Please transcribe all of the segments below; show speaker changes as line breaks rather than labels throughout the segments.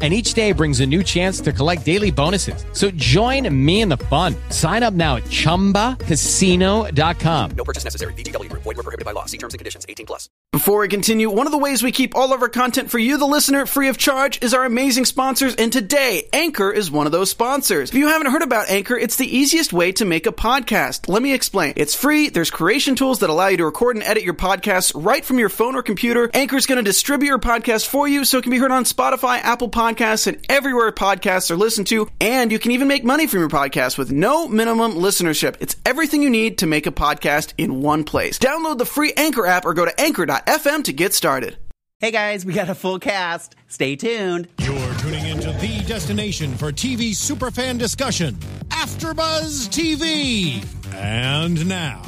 and each day brings a new chance to collect daily bonuses. So join me in the fun. Sign up now at ChumbaCasino.com.
No purchase necessary. VGW Group. Void were prohibited by law. See terms and conditions. 18 plus.
Before we continue, one of the ways we keep all of our content for you, the listener, free of charge is our amazing sponsors, and today, Anchor is one of those sponsors. If you haven't heard about Anchor, it's the easiest way to make a podcast. Let me explain. It's free, there's creation tools that allow you to record and edit your podcasts right from your phone or computer. Anchor's gonna distribute your podcast for you so it can be heard on Spotify, Apple Podcasts, and everywhere podcasts are listened to, and you can even make money from your podcast with no minimum listenership. It's everything you need to make a podcast in one place. Download the free Anchor app or go to anchor.fm to get started.
Hey guys, we got a full cast. Stay tuned.
You're tuning into the destination for TV superfan discussion, AfterBuzz TV. And now,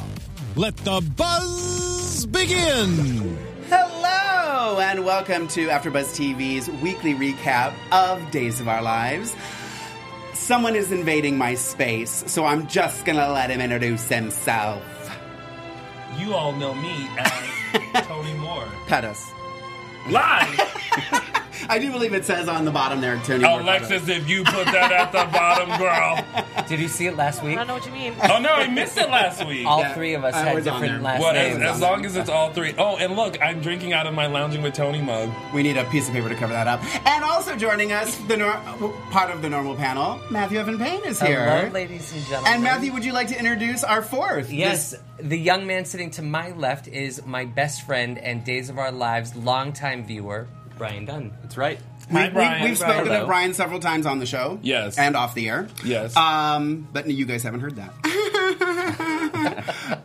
let the buzz begin.
Hello and welcome to AfterBuzz TV's weekly recap of Days of Our Lives. Someone is invading my space, so I'm just gonna let him introduce himself.
You all know me as Tony Moore.
Pettis.
Live!
I do believe it says on the bottom there, Tony. Moore Pettis.
Alexis, if you put that at the bottom, girl.
Did you see it last week?
I don't know what you mean.
Oh no, I missed it last week.
All
Yeah,
three of us
I
had
was on there.
different last
What, as,
names.
as long as it's all three. Oh, and look, I'm drinking out of my Lounging with Tony mug.
We need a piece of paper to cover that up. And also joining us, the nor- part of the normal panel, Matthew Evan Payne is here.
Hello, ladies and gentlemen.
And Matthew, would you like to introduce our fourth?
Yes,
This-
the young man sitting to my left is my best friend and Days of Our Lives longtime viewer, Brian Dunn.
That's right.
Hi,
we,
Brian.
have spoken
Hello.
of Brian several times on the show.
Yes.
And off the air.
Yes.
Um, but you guys haven't heard that.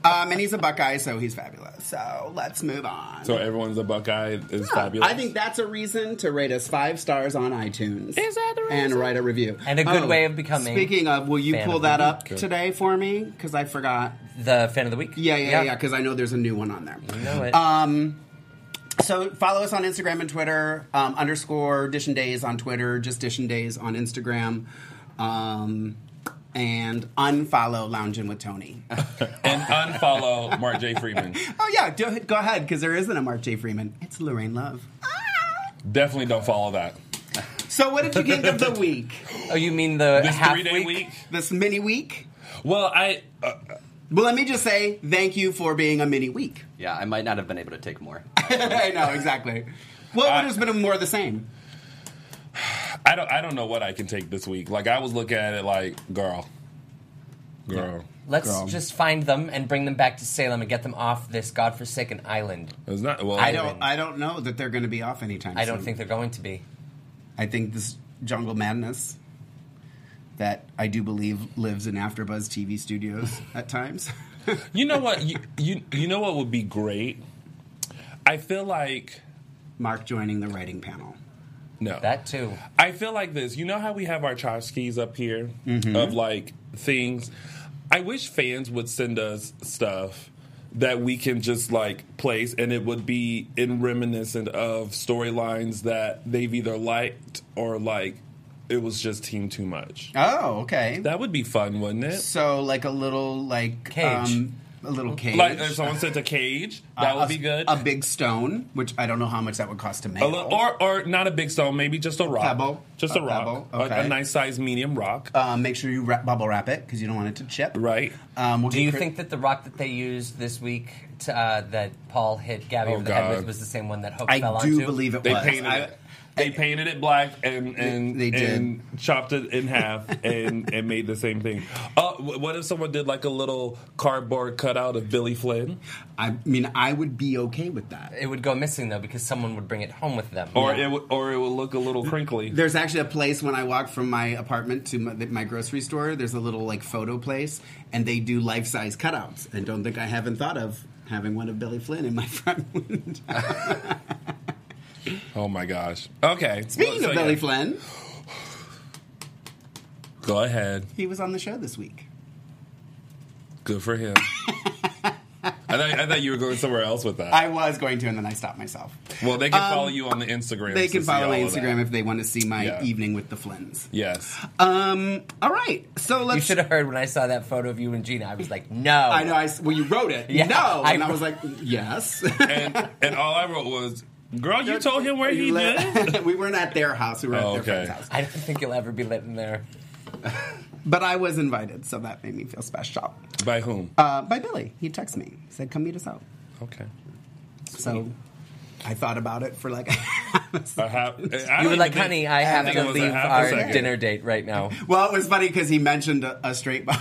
um, and he's a Buckeye, so he's fabulous. So let's move on.
So everyone's a Buckeye is
Yeah,
fabulous.
I think that's a reason to rate us five stars on iTunes.
Is that the reason?
And write a review. Oh,
And a good way of becoming
Speaking of, will you
fan
pull
of the
that
week.
up today for me? Because I forgot.
The fan of the week?
Yeah, yeah, yeah. Because I know there's a new one on there.
You know it.
Um, so follow us on Instagram and Twitter. Um, underscore Dish and Days on Twitter. Just Dish and Days on Instagram. Um, and unfollow Lounging with Tony.
and unfollow Mark J. Freeman.
oh yeah, do, go ahead because there isn't a Mark J. Freeman. It's Lorraine Love.
Definitely don't follow that.
So what did you think of the week?
oh, you mean the
This
half
three day
week?
week.
This mini week.
Well, I. Uh,
Well, let me just say thank you for being a mini week.
Yeah, I might not have been able to take more.
I know exactly. What
Uh,
would have been more of the same?
I don't. I don't know what I can take this week. Like I was looking at it like, girl, girl.
Let's
girl.
just find them and bring them back to Salem and get them off this godforsaken island.
It's not. Well,
I don't. I don't know that they're going to be off anytime.
I don't
soon.
think they're going to be.
I think this jungle madness that I do believe lives in AfterBuzz TV studios at times.
You know what? You, you you know what would be great? I feel like
Mark joining the writing panel.
no.
That too.
I feel like this. You know how we have our Chotskys up here
Mm-hmm.
of like things. I wish fans would send us stuff that we can just like place, and it would be in reminiscent of storylines that they've either liked or like it was just team too much.
Oh, okay.
That would be fun, wouldn't it?
so like a little like
Cage.
um, a little cage.
Like if someone sent a cage, that
Uh, a,
would be good.
A big stone, which I don't know how much that would cost to make.
A little, or, or not a big stone, maybe just a rock.
Pebble.
Just
A
a, rock.
pebble,
A- A,
okay.
nice size medium rock.
Uh, make sure you wrap, bubble wrap it because you don't want it to chip.
right.
Um, we'll
Do
get
you
Chris-
think that the rock that they used this week to, uh, that Paul hit Gabby
Oh,
over the head
God.
with was the same one that Hope
I do
fell onto?
believe it
They
was.
painted
I-
it. They painted it black and and,
They did.
and chopped it in half and, and made the same thing. Uh, wh- what if someone did like a little cardboard cutout of Billy Flynn
I mean, I would be okay with that.
It would go missing though because someone would bring it home with them.
or it would or it would look a little crinkly?
There's actually a place when I walk from my apartment to my, my grocery store. There's a little like photo place, and they do life size cutouts. And don't think I haven't thought of having one of Billy Flynn in my front window.
oh my gosh. Okay.
Speaking
Well,
of
so
Billy
yeah.
Flynn,
go ahead.
he was on the show this week.
Good for him. I I thought, I thought you were going somewhere else with that.
I was going to, and then I stopped myself.
well, they can follow you on the Instagram.
They
to
can
see
follow my
all of that.
Instagram if they want to see my
Yeah.
evening with the Flynns.
Yes.
Um. All right. So
You
let's.
should have heard when I saw that photo of you and Gina. I was like, no.
I know. I s- well, you wrote it.
Yeah,
no,
I
and I was
wrote-
like, yes.
and and all I wrote was, "Girl, you told him where he lived."
we weren't at their house. We were
Oh,
at their
okay.
friend's house.
I don't think you'll ever be let in there.
But I was invited, so that made me feel special.
By whom?
Uh, by Billy. He texted me. Said, "Come meet us out."
okay.
So I thought about it for like.
I have, I
You
don't
were like,
even think-
honey, I
don't
have
think it
to
was a
leave
half a
our
second.
dinner date right now.
well, it was funny because he mentioned a, a straight bar.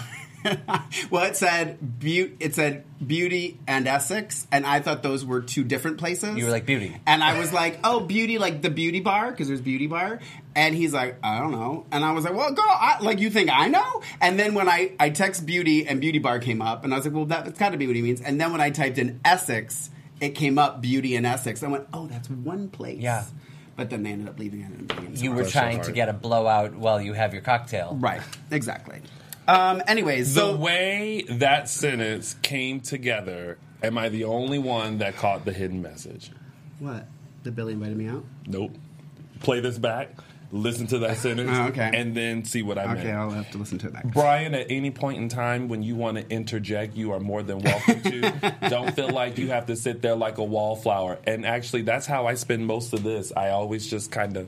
well, it said beauty. It said beauty and Essex, and I thought those were two different places.
You were like, Beauty.
and I was like, oh, beauty, like the beauty bar because there's beauty bar. And he's like, I don't know. And I was like, well, girl, I, like you think I know? And then when I I text beauty and beauty bar came up, and I was like, well, that, that's got to be what he means. And then when I typed in Essex, it came up beauty and Essex. I went, oh, that's one place.
Yeah.
But then they ended up leaving it. in Beauty and
You were
so
trying to
hard.
get a blowout while you have your cocktail.
Right. Exactly. Um, anyways,
The
so
way that sentence came together, am I the only one that caught the hidden message?
what? The Billy invited me out.
Nope. Play this back. Listen to that sentence,
Oh, okay.
and then see what I
Okay,
meant.
I'll have to listen to that.
Brian, at any point in time when you want to interject, you are more than welcome to. Don't feel like you have to sit there like a wallflower. And actually, that's how I spend most of this. I always just kind of.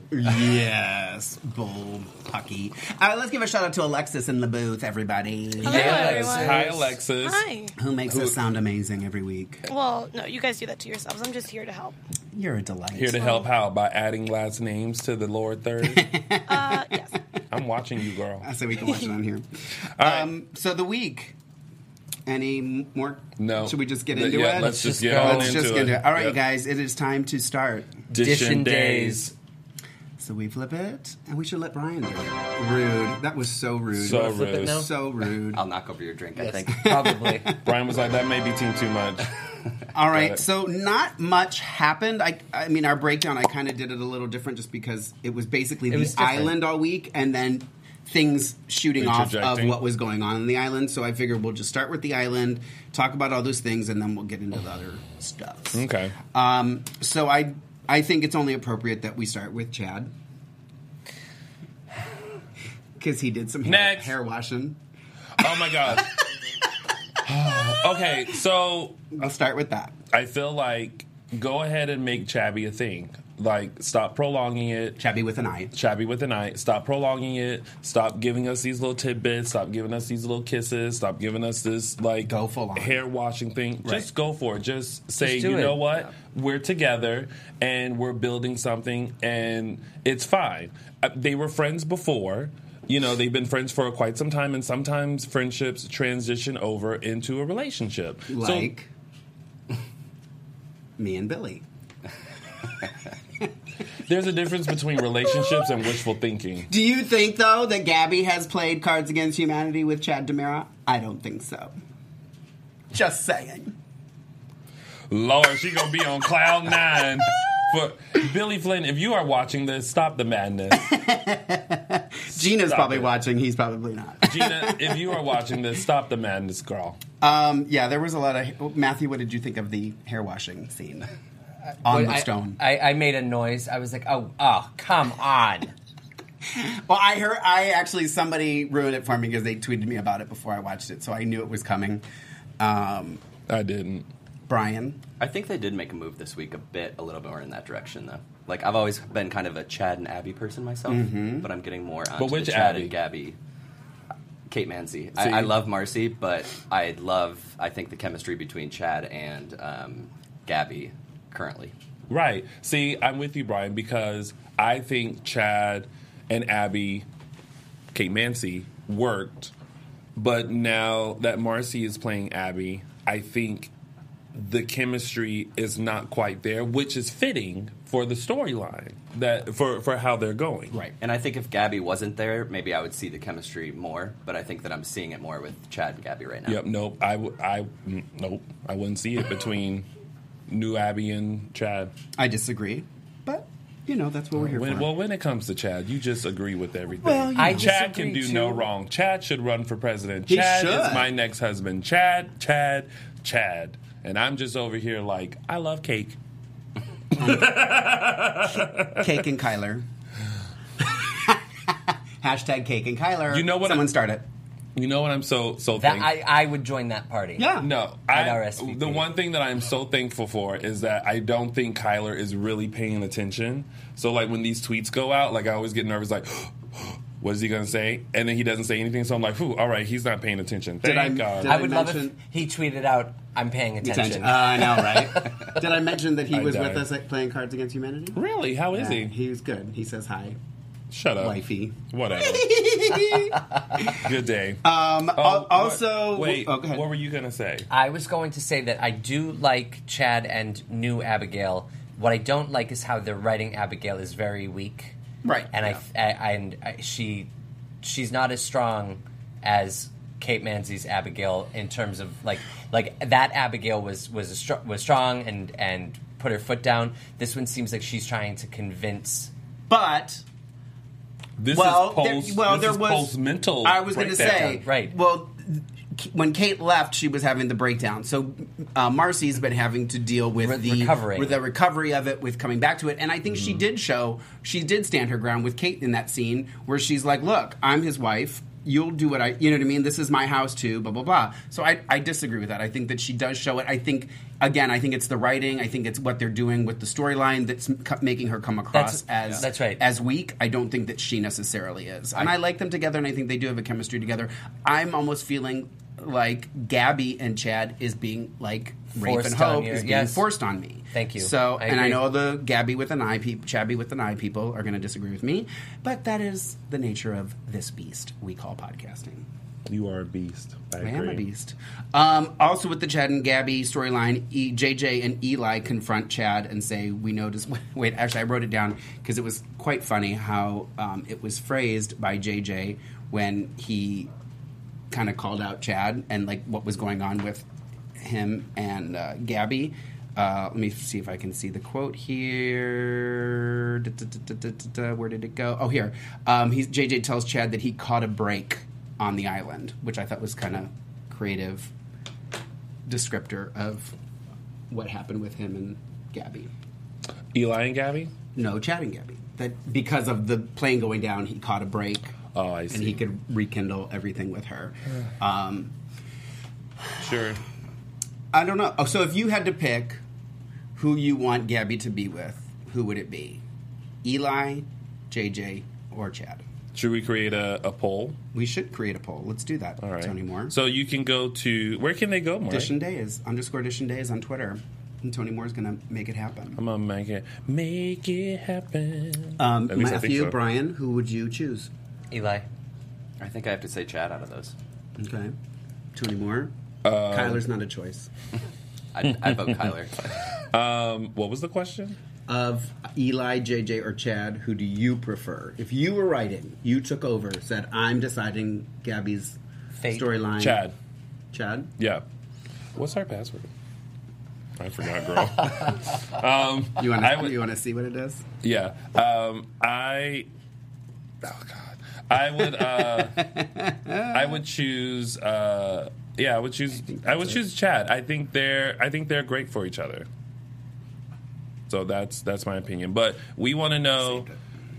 Yes, bull pucky. Uh, let's give a shout out to Alexis in the booth, everybody,
everyone.
Hi, Alexis.
Hi.
who makes us sound amazing every week.
Well, no, you guys do that to yourselves. I'm just here to help.
You're a delight.
Here to help out by adding last names to the lower third.
Uh, yes.
I'm watching you, girl.
so we can watch it on here.
right.
um, so the week. Any m- more?
No.
Should we just get
Th-
into
yeah,
it?
Let's just
just
get
go.
on
Let's
into
just
it.
get into it. All right,
Yep.
you guys, it is time to start.
Dishing days.
So we flip it, and we should let Brian do it. Rude. That was so rude.
So rude.
now?
So rude.
I'll knock over your drink. I think.
Probably.
Brian was like, that may be team too much.
All
Got
right,
it.
so not much happened. I, I mean, our breakdown, I kind of did it a little different just because it was basically the
was different.
island all week and then things shooting off of
Interjecting.
what was going on in the island. So I figured we'll just start with the island, talk about all those things, and then we'll get into the other stuff.
Okay.
Um, so I, I think it's only appropriate that we start with Chad. Because he did some hair,
Next.
hair washing.
Oh my God. okay, so
I'll start with that.
I feel like go ahead and make Chabby a thing. Like, stop prolonging it.
Chabby with an eye.
Chabby with an eye. Stop prolonging it. Stop giving us these little tidbits. Stop giving us these little kisses. Stop giving us this like
Go full on.
hair washing thing. Just go for it. Just say,
Just do
you
it."
know what? We're together and we're building something, and it's fine. Uh, They were friends before. You know, they've been friends for quite some time, and sometimes friendships transition over into a relationship. So-
Like me and Billy.
There's a difference between relationships and wishful thinking.
Do you think though that Gabby has played Cards Against Humanity with Chad Demira? I don't think so. Just saying.
Lord, she gonna be on cloud nine. For Billy Flynn, if you are watching this, stop the madness.
Gina's
Stop
probably
it.
watching. He's probably not.
Gina, if you are watching this, stop the madness, girl.
Um, yeah, there was a lot of Matthew. What did you think of the hair washing scene on the
I-
stone?
I, I made a noise. I was like, oh, oh, come on.
well, I heard. I actually somebody ruined it for me because they tweeted me about it before I watched it, so I knew it was coming. Um,
I didn't.
Brian,
I think they did make a move this week a bit, a little bit more in that direction though. Like I've always been kind of a Chad and Abby person myself, but I'm getting more onto
But which
the Chad
Abby?
and Gabby. Kate Manzi.
See?
I, I love Marcy, but I love I think the chemistry between Chad and um, Gabby currently.
Right. See, I'm with you, Brian, because I think Chad and Abby, Kate Mancy, worked. But now that Marcy is playing Abby, I think the chemistry is not quite there, which is fitting for the storyline that for for how they're going. Right.
And I think if Gabby wasn't there, maybe I would see the chemistry more. But I think that I'm seeing it more with Chad and Gabby right now.
Yep. Nope. I w- I mm, nope. I wouldn't see it between New Abby and Chad.
I disagree, but you know that's what we're here
When,
for.
well, when it comes to Chad, you just agree with everything.
Well, you
I know.
Chad can do
disagree,
no
too.
wrong. Chad should run for president.
He
Chad
should.
is my next husband. Chad, Chad, Chad. and I'm just over here like I love cake.
Cake and Kyler. Hashtag Cake and Kyler.
You know what
Someone
I-
start it.
You know what I'm so so
That
thankful.
I, I would join that party.
Yeah.
No, I-
I'd RSVP.
the one thing that I'm so thankful for is that I don't think Kyler is really paying attention. So like when these tweets go out, like I always get nervous, like. What is he gonna say? And then he doesn't say anything, so I'm like, "Ooh, all right, he's not paying attention." Thank
I-
God.
did
I would love if
mention-
he tweeted out, "I'm paying
Attention.
attention."
Uh, I know, right? Did I mention that he
I
was
died.
with us at playing Cards Against Humanity?
really? How is
Yeah,
he?
he was good. He says hi,
Shut up,
wifey.
Whatever. Good day.
Um, al-
Oh, what-
also,
wait.
oh, go ahead.
What were you gonna say?
I was going to say that I do like Chad and new Abigail. What I don't like is how they're writing Abigail is very weak.
Right,
And I- I, and I, she she's not as strong as Kate Manzi's Abigail in terms of like like that Abigail was was a str- was strong and and put her foot down. This one seems like she's trying to convince
but
This
well,
is post,
there, well,
this
there
is
was
mental.
I was going to say,
Right.
Well, K- when Kate left, she was having the breakdown. So uh, Marcy's been having to deal with
Re-
the
recovering.
with the recovery of it, with coming back to it. And I think she
Mm.
did show she did stand her ground with Kate in that scene where she's like, "Look, I'm his wife." You'll do what I, you know what I mean? This is my house too, blah, blah, blah. So I, I disagree with that. I think that she does show it. I think, again, I think it's the writing. I think it's what they're doing with the storyline that's m- co- making her come across as
that's right.
as weak. I don't think that she necessarily is. And I like them together, and I think they do have a chemistry together. I'm almost feeling like Gabby and Chad is being like rape
Forced
and
on
hope
you,
is being
yes.
forced on me.
Thank you.
So,
I
and I
agree.
know the Gabby with an eye, peop Chabby with an eye people are going to disagree with me, but that is the nature of this beast we call podcasting.
you are a beast. I,
I
agree.
am a beast. Um, also, with the Chad and Gabby storyline, e, JJ and Eli confront Chad and say, "We noticed." Wait, actually, I wrote it down because it was quite funny how um, it was phrased by JJ when he kind of called out Chad and like what was going on with him and uh, Gabby. Uh, let me see if I can see the quote here. Da, da, da, da, da, da, da. Where did it go? Oh, here. Um, he's, JJ tells Chad that he caught a break on the island, which I thought was kind of creative descriptor of what happened with him and Gabby.
Eli and Gabby.
No, Chad and Gabby. That because of the plane going down, he caught a break.
Oh, I
And
see.
he could rekindle everything with her. Um,
Sure.
I don't know. Oh, so if you had to pick who you want Gabby to be with, who would it be? Eli, JJ, or Chad?
Should we create a, a poll?
We should create a poll. Let's do that,
All right.
Tony Moore.
So you can go to where can they go, Mark?
Edition Days, underscore Edition Days on Twitter. And Tony Moore's going to make it happen.
I'm gonna make it make it happen.
Um,
At least I think
Matthew,
so.
Brian, who would you choose?
Eli.
I think I have to say Chad out of those.
Okay. Tony Moore?
Uh,
Kyler's not a choice.
I, I vote Kyler.
Um, what was the question?
Of Eli, JJ, or Chad, who do you prefer? If you were writing, you took over, said, I'm deciding Gabby's
Fate.
storyline.
Chad.
Chad?
Yeah. What's our password? I forgot, girl. um,
You want
I
to
would-
you want to see what it is?
yeah. Um, I. Oh God. I would. Uh, I would choose. Uh, yeah, I would choose. I, would choose Chad. I think they're. I think they're great for each other. So that's that's my opinion. But we want to know.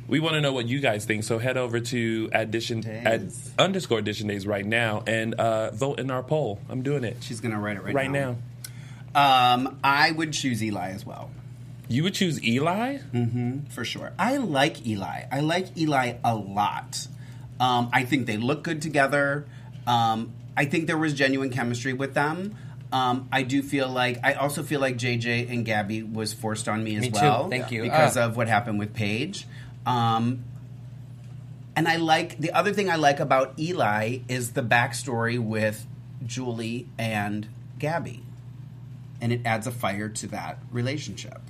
We want to know what you guys think. So head over to addition at
Days.
underscore addition days right now and uh, vote in our poll. I'm doing it
She's gonna write it right,
right now.
now. Um, I would choose Eli as well
You would choose Eli.
for sure. I like Eli. I like Eli a lot. Um, I think they look good together. Um, I think there was genuine chemistry with them. Um, I do feel like I also feel like JJ and Gabby was forced on me as
Me too.
well.
Thank you.
because
Ah.
of what happened with Paige. Um, And I like the other thing I like about Eli is the backstory with Julie and Gabby. And it adds a fire to that relationship.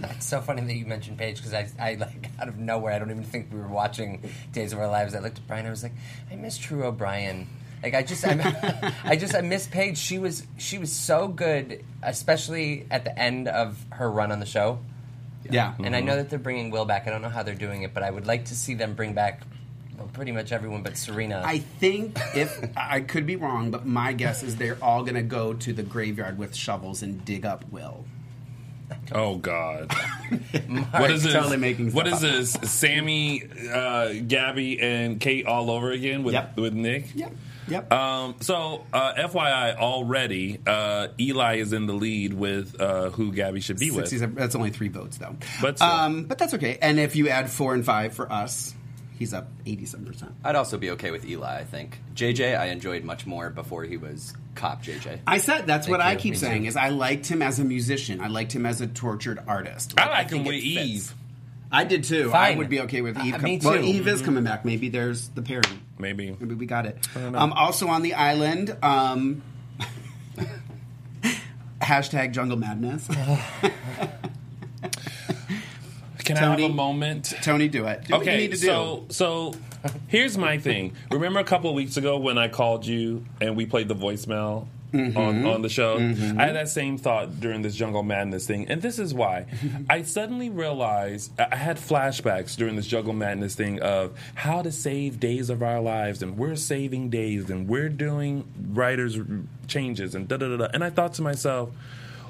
It's so funny that you mentioned Paige because I, I like out of nowhere. I don't even think we were watching Days of Our Lives. I looked at Brian. I was like, I miss True O'Brien. Like I just, I, I just, I miss Paige. She was, she was so good, especially at the end of her run on the show.
Yeah.
Mm-hmm.
And I know that they're bringing Will back. I don't know how they're doing it, but I would like to see them bring back well, pretty much everyone but Serena.
I think if I could be wrong, but my guess is they're all going to go to the graveyard with shovels and dig up Will.
Oh God! what is this?
Totally making
what is
stuff
this? Sammy, uh, Gabby, and Kate all over again with
Yep.
with Nick.
Yep.
Um, so, uh, FYI, already uh, Eli is in the lead with uh, who Gabby should be with.
67 that's only three votes though.
But still.
um, but that's okay. And if you add four and five for us, he's up eighty-seven percent.
I'd also be okay with Eli. I think JJ. I enjoyed much more before he was cop JJ.
I said that's what
Thank
I
you.
keep
Me
saying
too.
is I liked him as a musician. I liked him as a tortured artist.
I like him
think
with
it fits.
Eve.
I did too. I
Fine.
would be okay with
Uh,
Eve.
me
Well,
too.
Eve is coming back. Maybe there's the pairing.
Mm-hmm. Maybe.
Maybe we got it. Um, also on the island. Um, hashtag Jungle Madness.
Can I
Tony.
have a moment?
Tony, do it. Do what you need to
so so here's my thing. Remember a couple of weeks ago when I called you and we played the voicemail
Mm-hmm.
on, on the show? I had that same thought during this Jungle Madness thing, and this is why. I suddenly realized I I had flashbacks during this Jungle Madness thing of how to save days of our lives, and we're saving days, and we're doing writers' changes, and da da da da. And I thought to myself.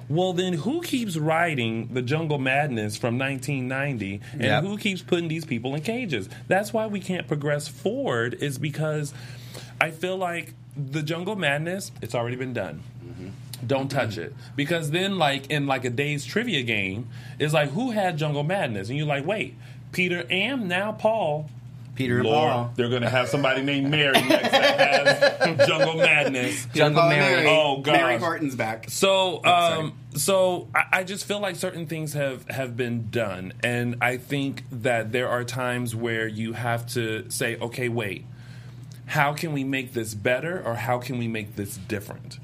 Well, then, who keeps writing the Jungle Madness from 1990, and
Yep.
who keeps putting these people in cages? That's why we can't progress forward. Is because I feel like the Jungle Madness. It's already been done.
Mm-hmm.
Don't touch it because then, like in like a day's trivia game, it's like who had Jungle Madness, and you're like, wait, Peter and now Paul.
Peter and
Lord,
Paul.
they're gonna have somebody named Mary next that has Jungle Madness.
do.
Jungle
Paul and
Mary.
Oh, gosh.
Mary Horton's back.
So,
sorry.
um, so I, I just feel like certain things have have been done, and I think that there are times where you have to say, okay, wait, how can we make this better, or how can we make this different?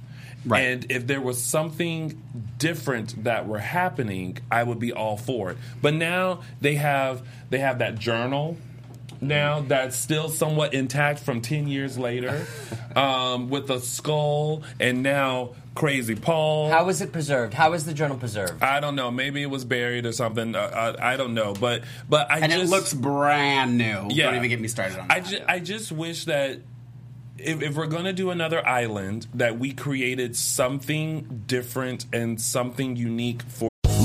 Right.
And if there was something different that were happening, I would be all for it. But now they have they have that journal now that's still somewhat intact from 10 years later um, with a skull and now crazy paul
How is it preserved? How is the journal preserved?
i don't know maybe it was buried or something uh, I, I don't know but but i
And
just
it looks brand new.
Yeah.
Don't even get me started on that.
I just, I just wish that if, if we're going to do another island, that we created something different and something unique for.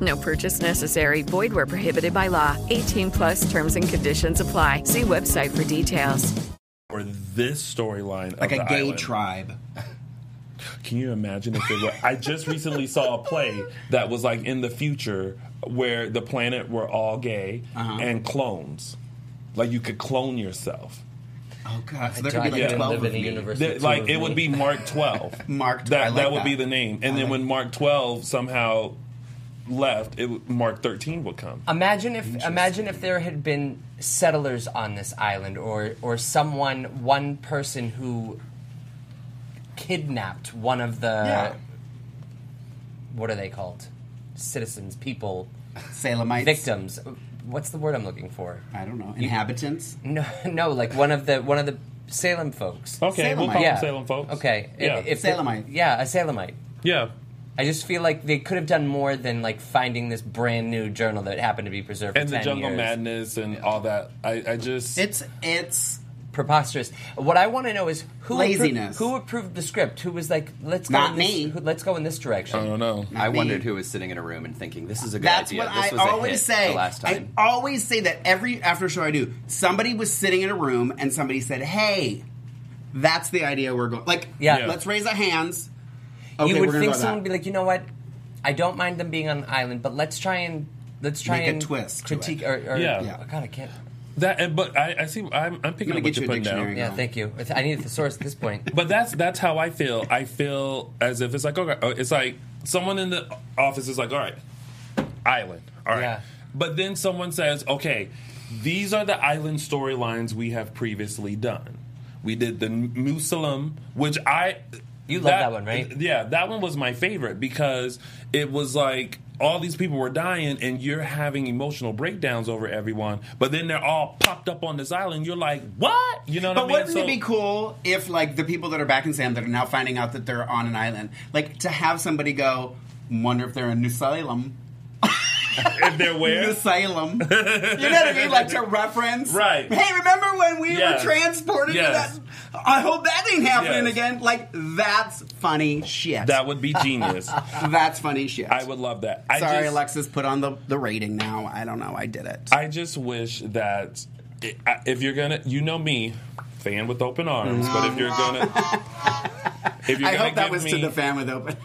No purchase necessary. Void where prohibited by law. 18 plus terms and conditions apply. See website for details.
Or this storyline, of
like a
the
gay
island.
tribe.
Can you imagine if it were? I just recently saw a play that was like in the future where the planet were all gay
Uh-huh.
and clones. Like you could clone yourself.
Oh god, so there could
I
be like
couldn't
twelve of
live in a
me.
universe
That-
with two
like
of
it
me.
would be Mark Twelve.
Mark 12,
That
I like
that would
that.
be the name. And then when Mark Twelve somehow left, it would- Mark Thirteen would come.
Imagine if imagine if there had been settlers on this island, or or someone, one person who kidnapped one of the
Yeah.
what are they called? Citizens, people,
Salemites.
victims. What's the word I'm looking for?
I don't know. Inhabitants.
No, no, like one of the one of the Salem folks.
Okay, we'll
Salemite.
call
Yeah.
them Oh, Salem folks.
Okay. i-
Yeah.
if the-
Salemite.
yeah, a Salemite.
yeah.
I just feel like they could have done more than like finding this brand new journal that happened to be preserved
And the
for 10
Jungle
years.
Madness and all that. I, I just
It's it's
preposterous. What I want to know is who appro-
Laziness.
who approved the script? Who was like, let's go
Not
in this,
me.
who- let's go in this direction.
I don't know.
I
mean-
wondered who was sitting in a room and thinking, "This is a good
that's
idea.
what
this
I
was a
always
hit
say.
the last
I
time."
always say that every after show I do. Somebody was sitting in a room and somebody said, "Hey, that's the idea we're going." Like,
Yeah.
let's raise our hands. Okay,
you
we're
would
gonna go
think
with
someone
that.
would be like, you know what? I don't mind them being on an island, but let's try and let's try
Make a
and
twist to it.
critique or, or
Yeah.
Oh, God, I can't.
That, and- but I, I see. I'm, I'm picking
gonna
up what
get you
you're
a
putting down.
dictionary now. Yeah, thank you. I need a thesaurus at this point.
But that's that's how I feel. I feel as if it's like okay, uh, it's like someone in the office is like, all right, island, all right. But then someone says, okay, these are the island storylines we have previously done. We did the Muslim, which I you
love that one, right?
Yeah, that one was my favorite because it was like all these people were dying and you're having emotional breakdowns over everyone, but then they're all popped up on this island. You're like, what? You know what
but
I mean?
wouldn't
So-
it be cool if like the people that are back in Sam that are now finding out that they're on an island, like to have somebody go, wonder if they're in New Salem.
if they're where?
New Salem. you know what I mean? Like to reference.
Right.
Hey, remember when we
Yes.
were transported
Yes.
to that? I hope that ain't happening
Yes.
again. Like, that's funny shit.
That would be genius.
that's funny shit. I
would love that. I
Sorry,
just-
Alexis, put on the, the rating now. I don't know. I did it.
I just wish that i- I- if you're gonna, you know me, fan with open arms. But if you're gonna, if you're
I
gonna
hope that
give
was
me,
to the fan with open.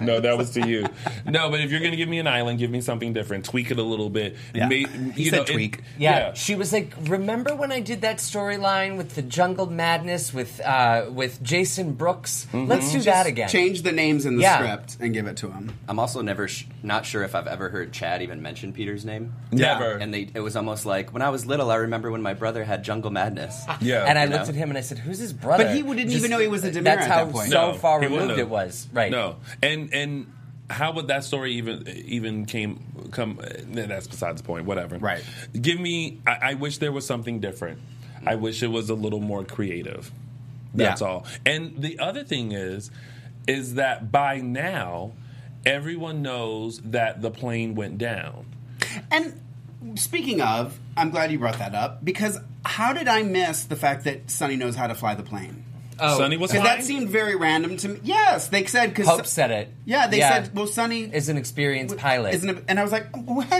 no, that was to you. No, but if you're gonna give me an island, give me something different. Tweak it a little bit. Yeah.
He
you
said
know, it-
tweak. Yeah.
yeah.
she was like, "Remember when I did that storyline with the Jungle Madness with uh, with Jason Brooks?
Mm-hmm.
Let's do that again.
Change the names in the
Yeah.
script and give it to him.
I'm also never sh- not sure if I've ever heard Chad even mention Peter's name.
Yeah. Never.
And they, it was almost like when I was little, I remember when my brother had jungle madness.
Yeah.
And I
You know?
looked at him and I said, "Who's his brother?"
But he
didn't
Just-
even know he was a Demir
That's
at
how
that point.
so
No,
far
he wouldn't
removed
have.
it was. Right.
No, and and how would that story even even came come? eh, That's besides the point. Whatever. Right. Give me. I, I wish there was something different. I wish it was a little more creative. That's all. And the other thing is, is that by now, everyone knows that the plane went down.
And speaking of, I'm glad you brought that up because how did I miss the fact that Sonny knows how to fly the plane?
Oh. Sonny was
because that
flying?
seemed very random to me. Yes, they said because
Pope said it.
Yeah, they said, "Well, Sonny
is an experienced pilot."
Isn't it- and I was like, when?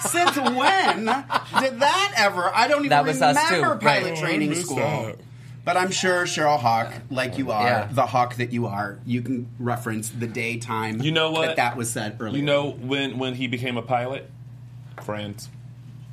Since when did that ever? I don't even
That was us
remember
too, right.
pilot
Oh, I
training
Mm-hmm.
miss
school.
that.
But I'm sure Cheryl Hawk, like you are,
Yeah.
the hawk that you are, you can reference the daytime.
You know what?
That, that was said earlier.
You know when when he became a pilot, friends.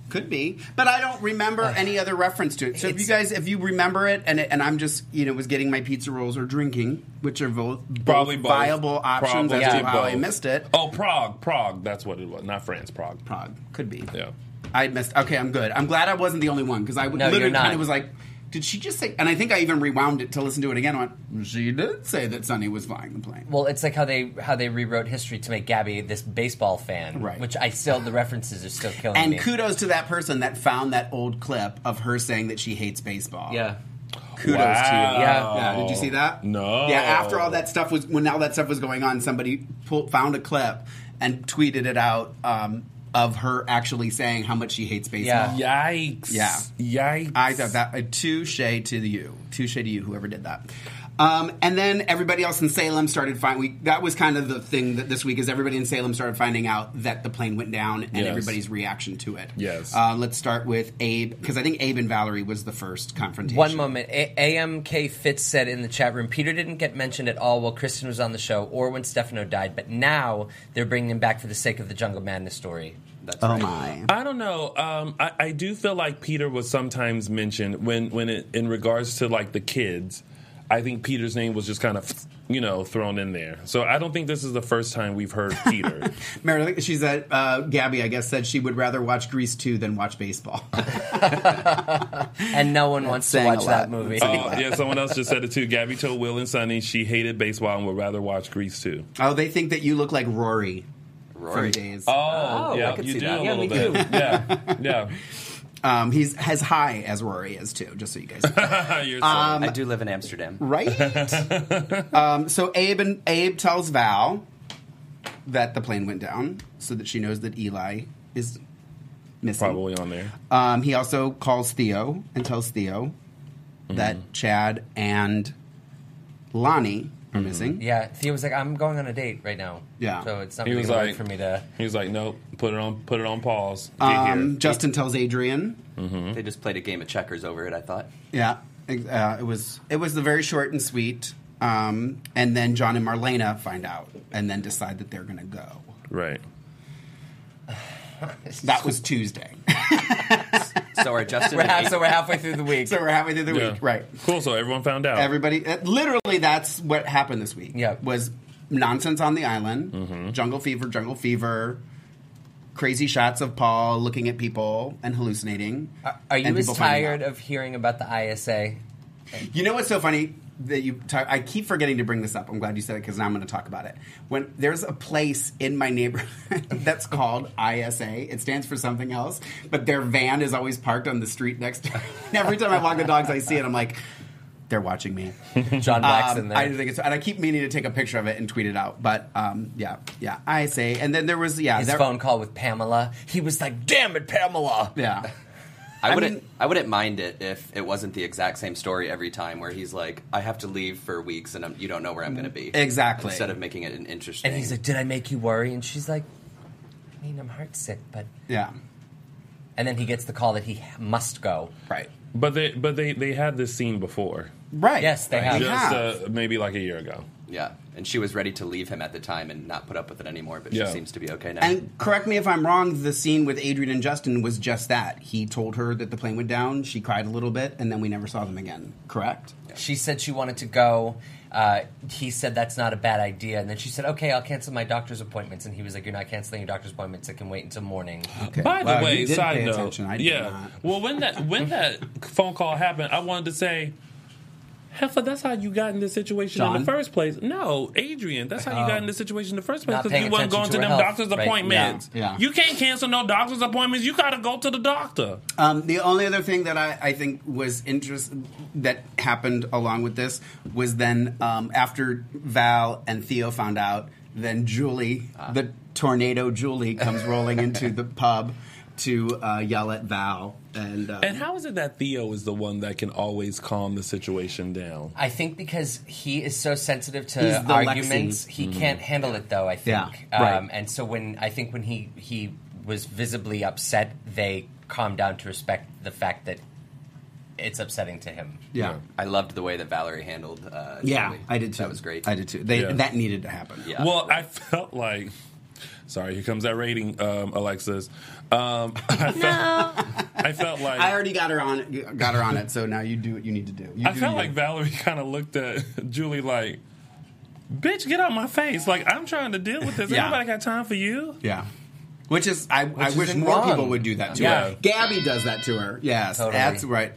Could be, but I don't remember any other reference to it. So if you guys, if you remember it, and it, and I'm just you know was getting my pizza rolls or drinking, which are both, both
Probably both.
viable options
Probably
as to how I
both.
missed it.
Oh, Prague, Prague. That's what it was. Not France, Prague.
Prague could be.
Yeah.
I missed. Okay, I'm good. I'm glad I wasn't the only one because I
No, you're
literally
not.
kind of was like, did she just say? And I think I even rewound it to listen to it again. I went, she did say that Sonny was flying the plane.
Well, it's like how they how they rewrote history to make Gabby this baseball fan,
Right.
Which I still the references are still killing
And
me.
kudos to that person that found that old clip of her saying that she hates baseball.
Yeah.
Kudos to
Wow.
you.
Yeah.
Yeah. Did you see that?
No.
Yeah. After all that stuff was, when all that stuff was going on, somebody pull, found a clip and tweeted it out um, of her actually saying how much she hates baseball.
Yikes.
Yeah.
Yikes.
I thought that a touche to you, touche to you, whoever did that. Um, and then everybody else in Salem started finding. That was kind of the thing that this week is everybody in Salem started finding out that the plane went down and
Yes.
everybody's reaction to it.
Yes.
Uh, let's start with Abe because I think Abe and Valerie was the first confrontation.
One moment, a- AMK Fitz said in the chat room, Peter didn't get mentioned at all while Kristen was on the show or when Stefano died, but now they're bringing him back for the sake of the Jungle Madness story. That's
Oh my.
I don't know. Um, I, I do feel like Peter was sometimes mentioned when, when it, in regards to like the kids. I think Peter's name was just kind of, you know, thrown in there. So I don't think this is the first time we've heard Peter.
Marilyn, she's at uh, Gabby. I guess said she would rather watch Grease two than watch baseball.
And no one wants to
saying a
watch that
lot.
movie.
Oh, yeah, someone else just said it too. Gabby told Will and Sonny she hated baseball and would rather watch Grease too.
oh, they think that you look like Rory.
Rory.
from Days.
Oh, yeah, you do a little bit. Yeah, yeah.
Um, he's as high as Rory is too. Just so you guys. know.
You're so-
Um,
I do live in Amsterdam.
Mm-hmm. right? um, so Abe and Abe tells Val that the plane went down, so that she knows that Eli is missing.
probably on there.
Um, he also calls Theo and tells Theo
Mm-hmm.
that Chad and Lonnie are
Mm-hmm.
missing.
Yeah, Theo was like, I'm going on a date right now.
Yeah.
So it's not
He
really
was
hard
like
for me to.
He was like, nope, put it on, put it on pause. Get
Um,
here.
Justin tells Adrian.
They just played a game of checkers over it. I thought.
Yeah, ex- uh, it was it was the very short and sweet. Um, and then John and Marlena find out and then decide that they're going to go.
Right.
That was Tuesday.
so we're
Justin
We're
and
half,
Nate-
so we're halfway through the week.
so we're halfway through the
Yeah.
week, right?
Cool. So everyone found out.
Everybody, uh, literally, that's what happened this week. Yeah, was nonsense on the island,
Mm-hmm.
jungle fever, jungle fever, crazy shots of Paul looking at people and hallucinating.
Are, are you
and
as
people finding
tired of hearing about the ISA?
You know what's so funny that you? Talk, I keep forgetting to bring this up. I'm glad you said it because now I'm going to talk about it. When there's a place in my neighborhood that's called ISA, it stands for something else, but their van is always parked on the street next. to and Every time I walk the dogs, I see it. I'm like. They're watching me.
John Black's
Um,
in there.
I think it's, and I keep meaning to take a picture of it and tweet it out. But um, yeah, yeah, I say. And then there was yeah,
His
there,
phone call with Pamela. He was like, "Damn it, Pamela."
Yeah.
I,
I
wouldn't.
mean-
I wouldn't mind it if it wasn't the exact same story every time, where he's like, "I have to leave for weeks, and I'm, you don't know where I'm going to be."
Exactly.
Instead of making it an interesting.
And he's like, "Did I make you worry?" And she's like, "I mean, I'm heartsick, but."
Yeah.
And then he gets the call that he must go.
Right.
But they but they they had this scene before.
Right.
Yes, they have.
Just uh, maybe like a year ago.
Yeah, and she was ready to leave him at the time and not put up with it anymore, but
Yeah.
she seems to be okay now.
And correct me if I'm wrong, the scene with Adrian and Justin was just that. He told her that the plane went down, she cried a little bit, and then we never saw them again. Correct?
She said she wanted to go. Uh, he said that's not a bad idea, and then she said, "Okay, I'll cancel my doctor's appointments." And he was like, "You're not canceling your doctor's appointments. It can wait until morning."
By the
Wow,
way,
you did
side
pay
note,
attention. I did
yeah.
not.
Well, when that when that phone call happened, I wanted to say, Heffa, that's how you got in this situation in
John?
the first place. No, Adrian, that's how you got in this situation in the first place
Not
because
paying
you wasn't going
attention
to,
to
them
her health,
doctor's
right.
appointments.
Yeah, yeah.
You can't cancel no doctor's appointments. You got to go to the doctor.
Um, the only other thing that I, I think was interest that happened along with this was then um, after Val and Theo found out, then Julie,
Ah.
the tornado Julie, comes rolling into the pub to uh, yell at Val. And, uh,
And how is it that Theo is the one that can always calm the situation down?
I think because he is so sensitive
He's
to
the
arguments,
Lexi.
he can't handle it though. I
Yeah,
think,
right.
um, and so when I think when he he was visibly upset, they calmed down to respect the fact that it's upsetting to him.
yeah.
I loved the way that Valerie handled. Uh,
Yeah,
Julie.
I did too.
That was great.
I did too. They,
Yeah.
That needed to happen.
Yeah.
Well, I felt like. Sorry, here comes that rating, um, Alexis. Um, I, felt, I felt like
I already got her on got her on it, so now you do what you need to do. You
I
do
felt
you.
like Valerie kind of looked at Julie like, "Bitch, get out my face! Like I'm trying to deal with this.
Yeah.
Anybody got time for you?"
Yeah. Which is, I, I
is
wish
in
more
wrong.
people would do that to
Yeah.
her. Gabby does that to her. Yes,
Totally.
that's right.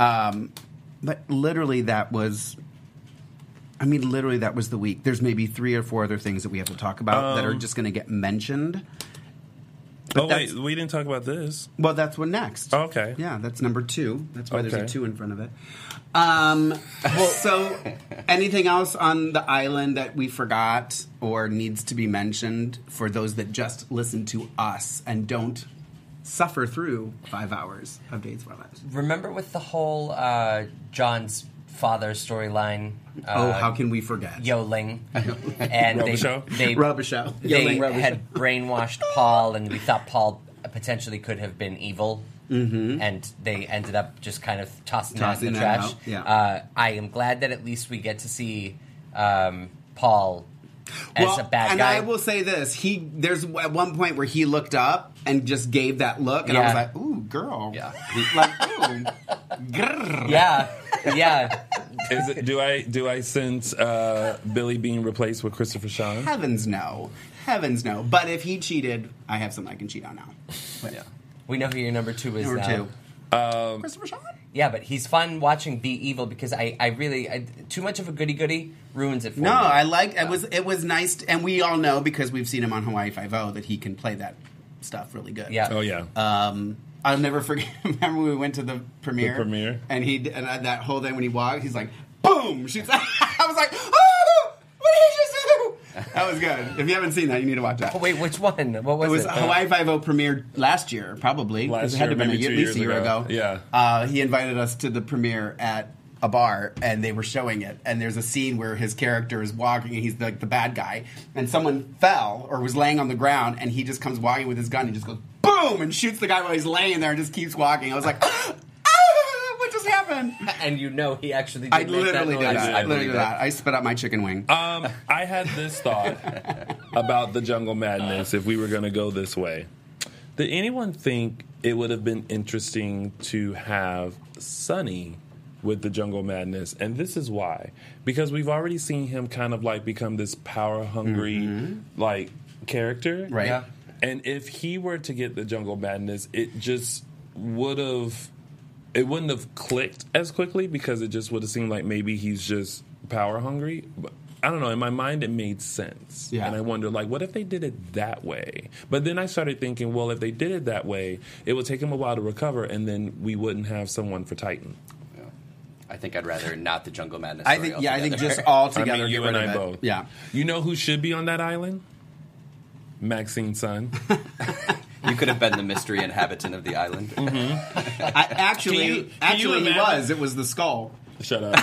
Um, but literally, that was. I mean, literally, that was the week. There's maybe three or four other things that we have to talk about that
Um.
are just going to get mentioned.
Oh wait,
that's-
we didn't talk about this.
Well, that's what next.
Oh, Okay.
Yeah, that's number two. That's why there's a
Okay.
two in front of it. Um, so, anything else on the island that we forgot or needs to be mentioned for those that just listen to us and don't suffer through five hours of Days of Our Lives?
Remember with the whole uh, John's father storyline?
oh,
Uh,
how can we forget?
Yoling, and they,
show?
they
Oh. Rubber show.
They
Yodeling rubber
had brainwashed Paul, and we thought Paul potentially could have been evil. Mm-hmm. And they ended up just kind of tossing,
Tossing
that in the
that
trash.
out, yeah.
Uh, I am glad that at least we get to see um, Paul as
well,
a bad
and
guy.
I will say this: he there's at one point where he looked up and just gave that look, and I was
Yeah.
like, "Ooh, girl!"
Yeah.
like, "Ooh, grrr."
yeah, yeah.
Is it, do I do I sense uh, Billy being replaced with Christopher Sean?
Heavens no. Heavens no. But if he cheated, I have something I can cheat on now.
yeah.
We know who your number two is
Number
now.
two. Christopher Sean?
Yeah, but he's fun watching be evil because I, I really I, too much of a goody goody ruins it for
No,
me.
I like it was it was nice and we all know because we've seen him on Hawaii Five O that he can play that stuff really good.
Yeah.
Oh yeah.
Um I'll never forget. Remember when we went to the premiere?
premiere.
and he d- and I, that whole thing when he walked, he's like, "Boom!" She's. I was like, "Oh, what did you just do?" That was good. If you haven't seen that, you need to watch that.
Oh, wait, which one? What was
It
it?
was Hawaii Five O premiered last year, probably.
Last
it had
year,
to have been a
maybe
year, at
two
least a
years
year ago.
ago. Yeah.
Uh, he invited us to the premiere at a bar, and they were showing it. And there's a scene where his character is walking, and he's like the bad guy, and someone fell or was laying on the ground, and he just comes walking with his gun and just goes boom and shoots the guy while he's laying there and just keeps walking. I was like, "Ah, what just just happened?
And you know he actually. Did
I
make that
literally did
noise.
that. I literally
believe
did
it.
that. I spit out my chicken wing.
Um, I had this thought about the jungle madness if we were going to go this way. Did anyone think it would have been interesting to have Sonny with the jungle madness? And this is why. Because we've already seen him kind of like become this power hungry, like character.
Right. Yeah.
And if he were to get the jungle madness, it just would have it wouldn't have clicked as quickly because it just would have seemed like maybe he's just power hungry. But I don't know. In my mind, it made sense,
Yeah.
and I wondered like, what if they did it that way? But then I started thinking, well, if they did it that way, it would take him a while to recover, and then we wouldn't have someone for Titan.
I think I'd rather not the Jungle Madness.
I
story
think- yeah, I think
altogether.
just all I mean, together, you get rid and of I it. both.
Yeah.
You know who should be on that island? Maxine Sun.
you could have been the mystery inhabitant of the island.
I, actually,
Can you- can
actually,
you
he
imagine-
was. It was the skull.
Shut up.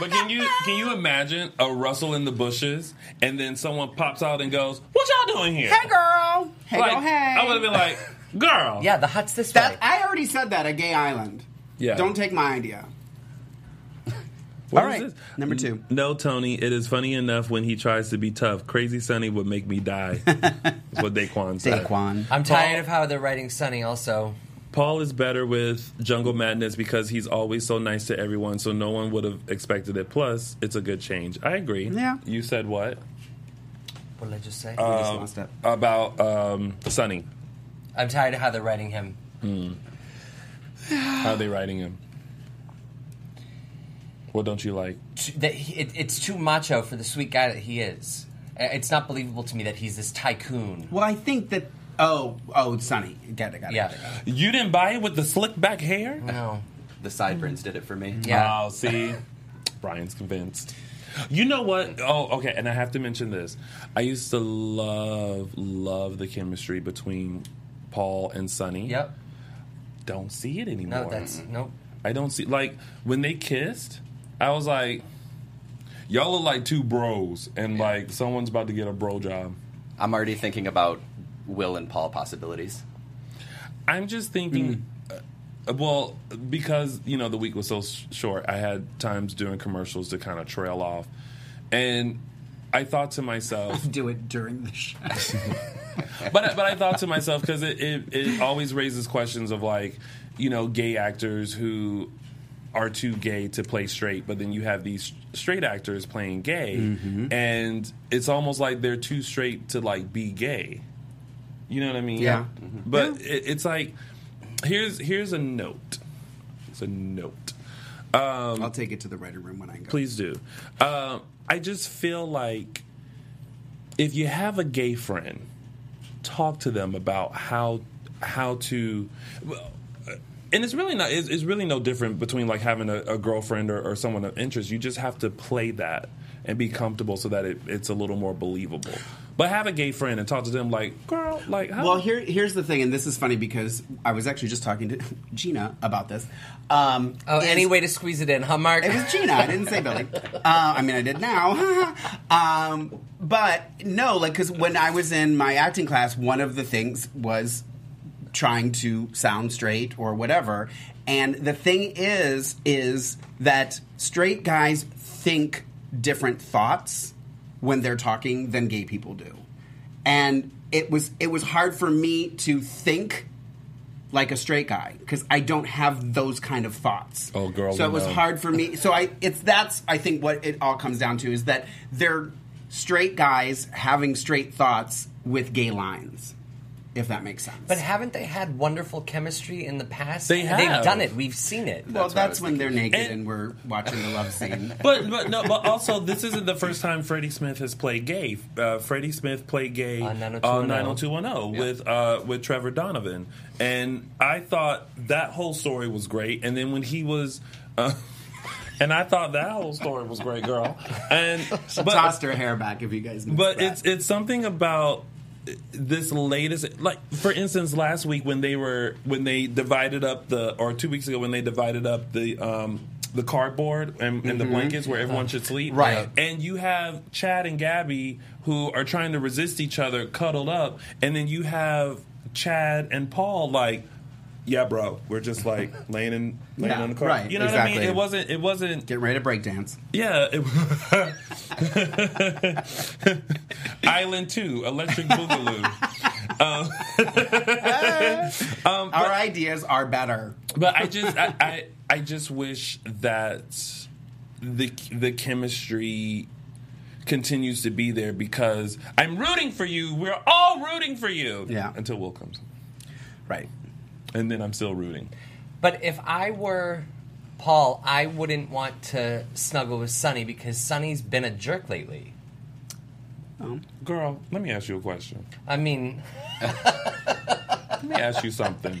but can you can you imagine a rustle in the bushes, and then someone pops out and goes, "What y'all doing here?"
Hey, girl. Hey,
Like,
girl. Hey.
I would have been like, girl.
Yeah, the hut's this
That, I already said that. A gay island.
Yeah.
Don't take my idea.
What
All
is
right.
this?
Number two.
No, Tony, it is funny enough when he tries to be tough. Crazy Sonny would make me die. is what Daquan said.
Daquan.
I'm tired of how they're writing Sunny. Also,
Paul is better with Jungle Madness because he's always so nice to everyone, so no one would have expected it. Plus, it's a good change. I agree.
Yeah.
You said what?
what did I just say?
Uh,
Um, About um, Sonny.
I'm tired of how they're writing him.
Hmm. How are they writing him? What don't you like?
T- That he, it, it's too macho for the sweet guy that he is. Uh, It's not believable to me that he's this tycoon.
Well, I think that. Oh, oh, Sonny. Got it. Got it.
Yeah.
You didn't buy it with the slick back hair?
Mm-hmm.
No.
The sideburns did it for me.
Oh, see? Brian's convinced. You know what? Oh, okay. And I have to mention this. I used to love, love the chemistry between Paul and Sonny.
Yep.
Don't see it anymore.
No, that's
Mm-hmm.
nope.
I don't see like when they kissed. I was like, y'all look like two bros, and like someone's about to get a bro job.
I'm already thinking about Will and Paul possibilities.
I'm just thinking. Uh, well, because you know the week was so s- short, I had times doing commercials to kind of trail off, and I thought to myself,
Do it during the show.
but but I thought to myself because it, it it always raises questions of like you know gay actors who are too gay to play straight, but then you have these straight actors playing gay,
Mhm.
and it's almost like they're too straight to like be gay. You know what I mean?
Yeah.
But It, it's like here's here's a note. It's a note. Um,
I'll take it to the writer room when I go.
Please do. Um, I just feel like if you have a gay friend, talk to them about how how to. well, uh, And it's really not. It's, it's really no different between like having a, a girlfriend or, or someone of interest. You just have to play that and be comfortable so that it, it's a little more believable. But have a gay friend and talk to them like, girl, like, how?
Well, here, here's the thing, and this is funny because I was actually just talking to Gina about this. Um,
Oh, any way to squeeze it in, huh, Mark?
It was Gina. I didn't say Billy. Uh, I mean, I did now. um, but no, like, because when I was in my acting class, one of the things was trying to sound straight or whatever. And the thing is, is that straight guys think different thoughts when they're talking than gay people do. And it was it was hard for me to think like a straight guy because I don't have those kind of thoughts. Oh,
girl,
So
we
it was
know.
hard for me. So I, it's that's I think what it all comes down to is that they're straight guys having straight thoughts with gay lines, if that makes sense.
But haven't they had wonderful chemistry in the past?
They have.
They've done it. We've seen it.
well, that's when they're naked and, we're watching the love scene.
But but no. But also, this isn't the first time Freddie Smith has played gay. Uh, Freddie Smith played gay on 90210 with uh, with Trevor Donovan, and I thought that whole story was great. And then when he was. Uh, And I thought that whole story was great, girl. And
She tossed her hair back. If you guys, missed
but
that.
it's it's something about this latest like for instance last week when they were when they divided up the or two weeks ago when they divided up the um the cardboard and, and the
Mhm.
blankets where everyone should sleep
Right.
and you have chad and gabby who are trying to resist each other cuddled up and then you have chad and paul like yeah, bro, we're just like laying in laying
Yeah,
on the car.
right,
You know
exactly.
what I mean? It wasn't. It wasn't
getting ready to breakdance.
Yeah. it- Island Two, Electric Boogaloo.
Our ideas are better.
but I just I, I I just wish that the the chemistry continues to be there because I'm rooting for you. We're all rooting for you. Yeah. Until Will comes.
Right.
And then I'm still rooting.
But if I were Paul, I wouldn't want to snuggle with Sonny because Sonny's been a jerk lately.
Girl, let me ask you a question.
I mean,
Let me ask you something.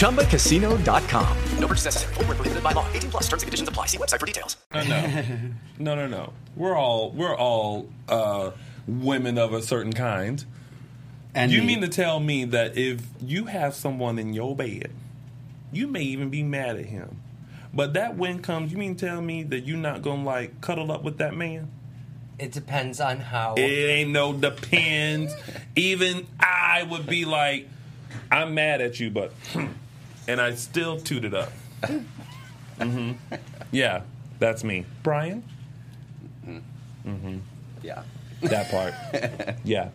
ChumbaCasino.com.
No purchase necessary. Void were prohibited by law. 18 plus. Terms and conditions apply. See website for details.
No, no, no, no, no. We're all we're all uh, women of a certain kind.
And
you
me.
mean to tell me that if you have someone in your bed, you may even be mad at him, but that when comes, you mean to tell me that you're not gonna like cuddle up with that man?
It depends on how.
It ain't no depends. even I would be like, I'm mad at you, but and I still toot it up. hmm Yeah, that's me, Brian. Mm-hmm.
Yeah.
That part. yeah.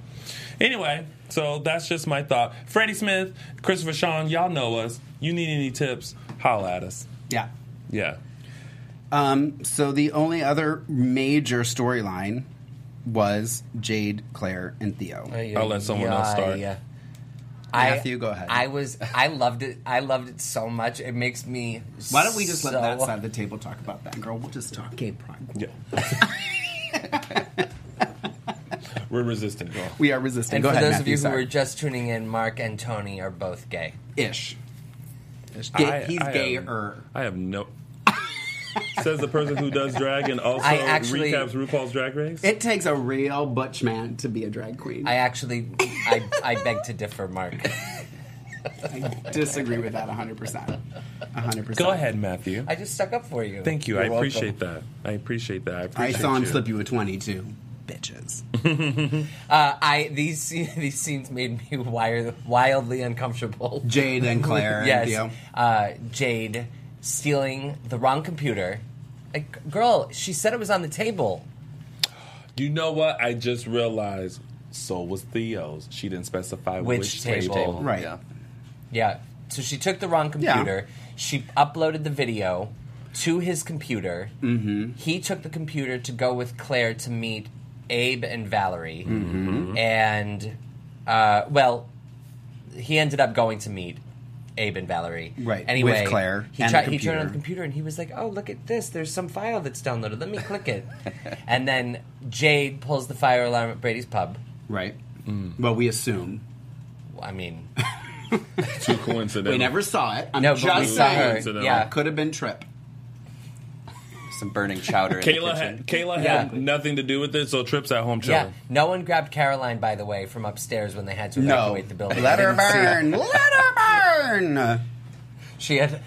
Anyway, so that's just my thought. Freddie Smith, Christopher Sean, y'all know us. You need any tips, holla at us.
Yeah.
Yeah.
Um, so the only other major storyline was Jade, Claire, and Theo.
I'll let someone else start.
Matthew, go ahead.
I was. I loved it. I loved it so much. It makes me.
Why don't we just
so-
let that side of the table talk about that, girl? We'll just talk gay pride.
Yeah. We're resistant, girl.
We are resisting.
And
go
for
ahead,
those
Matthew,
of you
sorry.
who are just tuning in, Mark and Tony are both gay.
Ish.
he's
gayer.
I have no. Says the person who does drag and also
I actually-
recaps RuPaul's Drag Race.
It takes a real butch man to be a drag queen.
I actually, I, I beg to differ, Mark.
I disagree with that 100%. 100%.
Go ahead, Matthew.
I just stuck up for you.
Thank you. I
You're welcome.
appreciate that. I appreciate that. I,
I
appreciate
saw him
you.
slip you a 22. Bitches.
uh, I these sce- these scenes made me wired, wildly uncomfortable.
Jade and Claire and
yes,
Theo.
Uh, Jade stealing the wrong computer. Like, girl, she said it was on the table.
You know what? I just realized. So was Theo's. She didn't specify
Which
which,
table.
table.
Right.
Yeah.
Yeah. So she took the wrong
Yeah.
computer. She uploaded the video to his computer.
Mm-hmm.
He took the computer to go with Claire to meet Abe and Valerie.
Mhm.
And, uh, well, he ended up going to meet Abe and Valerie.
Right, with
Anyway,
Claire
He,
and
tri-
the
he turned on the
computer.
computer and he was like, oh, look at this. There's some file that's downloaded. Let me click it. and then Jade pulls the fire alarm at Brady's Pub.
Right.
Mm.
Well, we assume.
I mean,
too coincidental.
We never saw it. I'm
No, but we
just
saw her.
saying.
Yeah.
could have been Trip.
Some burning chowder. in the
Kayla
kitchen.
had, Kayla had
Yeah.
nothing to do with it, so Trip's at home
Yeah,
chilling.
no one grabbed Caroline, by the way, from upstairs when they had to
No.
evacuate the building.
Let
I
her
didn't see that.
burn. Let her burn.
She had.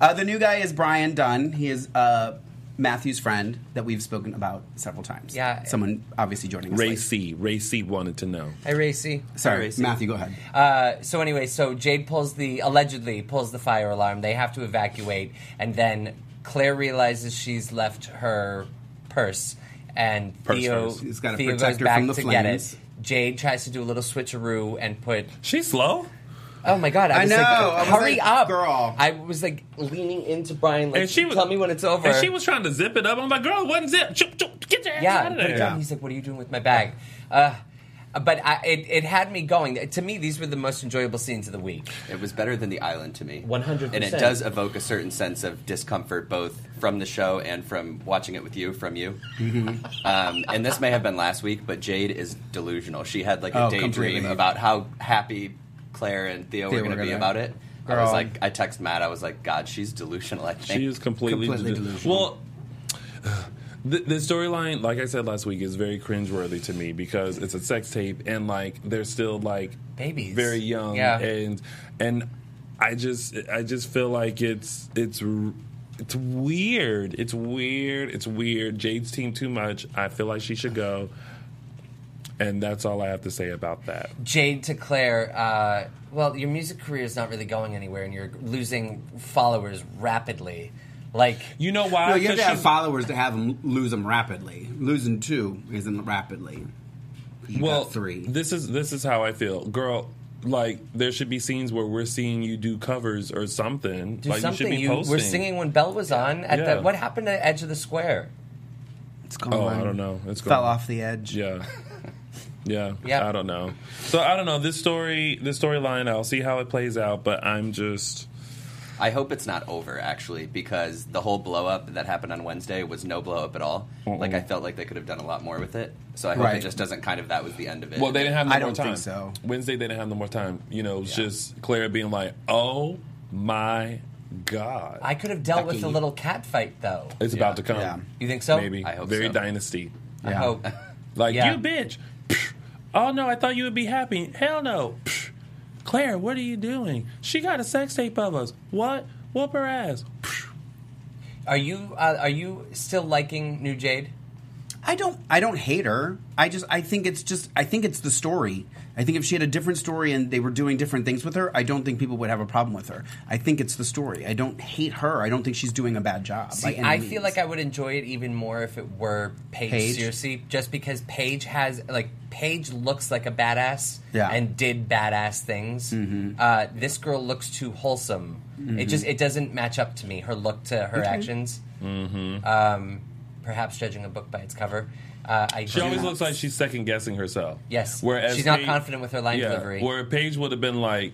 Uh, the new guy is Brian Dunn. He is uh, Matthew's friend that we've spoken about several times.
Yeah.
Someone obviously joining us.
Ray
late.
C. Ray C. wanted to know.
Hey, Racy.
Sorry, Matthew, go ahead.
Uh, so anyway, so Jade pulls the allegedly pulls the fire alarm. They have to evacuate, and then Claire realizes she's left her purse, and
Purse
Theo,
first. It's gotta
Theo
protect
goes
her
back
from the
to get it.
flames.
Jade tries to do a little switcheroo and put.
She's slow.
Oh my god! I,
I
was Like,
know, I was
Hurry
like,
up, girl! I was like leaning into Brian, like,
And she was-
tell me when it's over.
And she was trying to zip it up. I'm like, girl, it wasn't zip. Chup, chup, get your ass
yeah,
out of
put it
there.
down. He's like, "What are you doing with my bag?" Uh, but I, it, it had me going. To me, these were the most enjoyable scenes of the week.
It was better than the island to me.
One hundred
And it does evoke a certain sense of discomfort, both from the show and from watching it with you, from you.
Mm-hmm.
um, and this may have been last week, but Jade is delusional. She had like a
Oh,
daydream
completely.
about how happy Claire and Theo,
Theo
were going
were
to be
gonna-
about it. I was
Girl.
like, I text Matt. I was like, God, she's delusional. I think
She is completely, Well, the, the storyline, like I said last week, is very cringeworthy to me because it's a sex tape and like they're still like
babies,
very young,
Yeah.
and and I just I just feel like it's it's. r- It's weird. It's weird. It's weird. Jade's team too much. I feel like she should go. And that's all I have to say about that.
Jade to Claire, uh, well, your music career is not really going anywhere, and you're losing followers rapidly. Like
you know why?
No, you have to have followers to have them lose them rapidly. Losing two isn't rapidly. You
well,
got three.
This is this is how I feel, girl. Like there should be scenes where we're seeing you do covers or something.
do
like
something.
you should be
You,
posting.
were singing when Bell was on. At
Yeah.
the, what happened to Edge of the Square?
It's
Oh, I don't know. It's
fell
gone.
off the edge.
Yeah. Yeah,
Yep.
I don't know. So I don't know this story, this storyline. I'll see how it plays out, but I'm just.
I hope it's not over actually, because the whole blow up that happened on Wednesday was no blow up at all. Like I felt like they could have done a lot more with it. So I hope it
Right.
just doesn't kind of that was the end of it.
Well, they didn't have no
I
more
don't
time.
think
so. Wednesday, they didn't have no more time. You know, it was just Claire being like, "Oh my god!"
I could have dealt with the little cat fight though.
It's about to come.
You think so?
Maybe. Very dynasty.
I Yeah. hope.
Like
Yeah.
you bitch. Psh. Oh no, I thought you would be happy. Hell no. Psh. Claire, what are you doing? She got a sex tape of us. What? Whoop her ass.
Are you uh, are you still liking New Jade?
I don't I don't hate her. I just I think it's just I think it's the story. I think if she had a different story and they were doing different things with her, I don't think people would have a problem with her. I think it's the story. I don't hate her. I don't think she's doing a bad job. by
See,
any
I
means.
feel like I would enjoy it even more if it were Paige,
Paige?
Searcy, just because Paige has like Paige looks like a badass
Yeah.
and did badass things.
Mhm.
Uh, this girl looks too wholesome. It
Mhm.
just it doesn't match up to me. Her look to her
Okay.
actions.
Mm-hmm.
Um, perhaps judging a book by its cover. Uh, I
She
do
always
not-
looks like she's second guessing herself.
Yes.
Whereas
She's not
Paige-
confident with her line
yeah,
delivery.
Where Paige would have been like,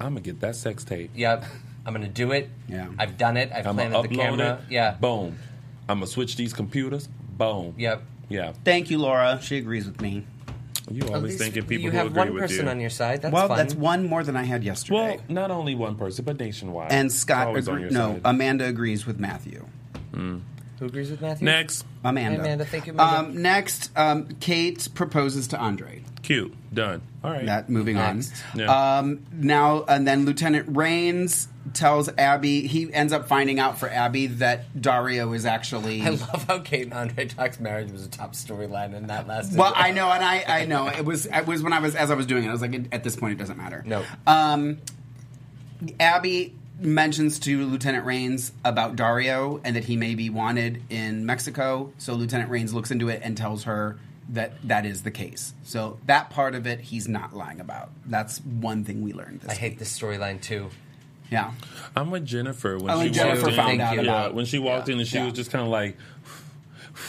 "I'm gonna get that sex tape.
Yep. I'm gonna do it.
Yeah.
I've done it. I've
I'm
planted
gonna
the
upload
camera.
it.
Yeah.
Boom. I'm gonna switch these computers. Boom.
Yep.
Yeah.
Thank you, Laura. She agrees with me.
You
At
always
least
thinking people
you
who
have
agree
one
with
person
you.
on your side. That's
well,
fun.
that's one more than I had yesterday.
Well, not only one person, but nationwide.
and
It's
Scott
always on
agree-
your
no,
side.
Amanda agrees with Matthew.
Who agrees with Matthew?
Next.
Amanda.
Hey, Amanda, thank you, Amanda.
Um, next, um, Kate proposes to Andre.
Cute. Done. All right.
That moving
Next.
on.
Yeah.
Um, now and then, Lieutenant Rains tells Abby. He ends up finding out for Abby that Dario is actually.
I love how Kate and Andre talks marriage was a top storyline in that last.
well, I know, and I, I know it was it was when I was as I was doing it. I was like, "At- at this point, it doesn't matter.
No.
Um, Abby mentions to Lieutenant Rains about Dario and that he may be wanted in Mexico. So Lieutenant Rains looks into it and tells her that that is the case. So that part of it, he's not lying about. That's one thing we learned. This
I hate this storyline too.
Yeah.
I'm with Jennifer when
Oh,
she
and Jennifer
walked in.
found out
yeah,
about-
when she walked in and she was just kind of like,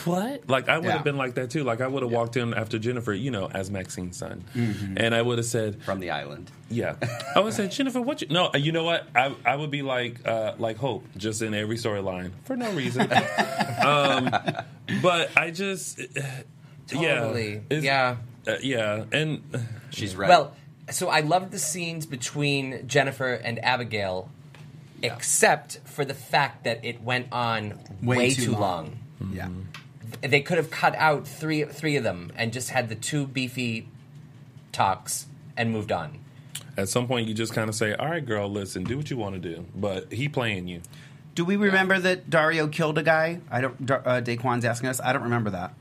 "What?" Like I would have
Yeah.
been like that too. Like I would have walked in after Jennifer, you know, as Maxine's son,
Mm-hmm.
Mhm.
and I would have said
from the island.
Yeah, I would say Jennifer, what? You, no, uh, you know what? I I would be like uh, like Hope, just in every storyline for no reason. um, but I just uh,
Totally.
yeah yeah uh, yeah, and
she's
Well, so I loved the scenes between Jennifer and Abigail, except for the fact that it went on way, too, long.
Yeah.
They could have cut out three three of them and just had the two beefy talks and moved on.
At some point, you just kind of say, "All right, girl, listen, do what you want to do," but he playing you.
Do we remember that Dario killed a guy? I don't. Da- Uh, Daquan's asking us. I don't remember that.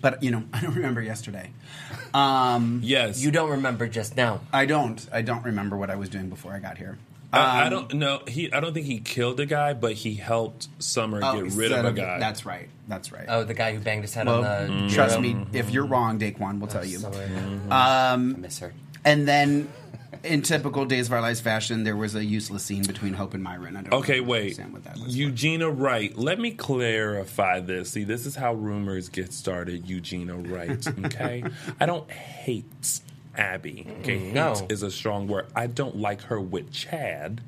But you know, I don't remember yesterday. Um,
yes,
you
don't remember just now.
I don't. I don't remember what I was doing before I got here.
I, I
Um,
don't know. He, I don't think he killed a guy, but he helped Summer
Oh,
get
he
rid of
said
a
of it.
guy.
That's right. That's right.
Oh, uh, the guy who banged his head
Well,
Mm.
on the
trust
bureau. Mm-hmm.
Um, me, if you're wrong, Daquan will tell you.
sorry.
Um,
miss her.
And then in typical Days of Our Lives fashion, there was a useless scene between Hope and Myron. I don't
Okay,
really
wait.
understand what that was.
Eugenia Wright. Let me clarify this. See, this is how rumors get started, Eugenia Wright. Okay? I don't hate Abby.
Mm,
Okay, hate
No.
is a strong word. I don't like her with Chad,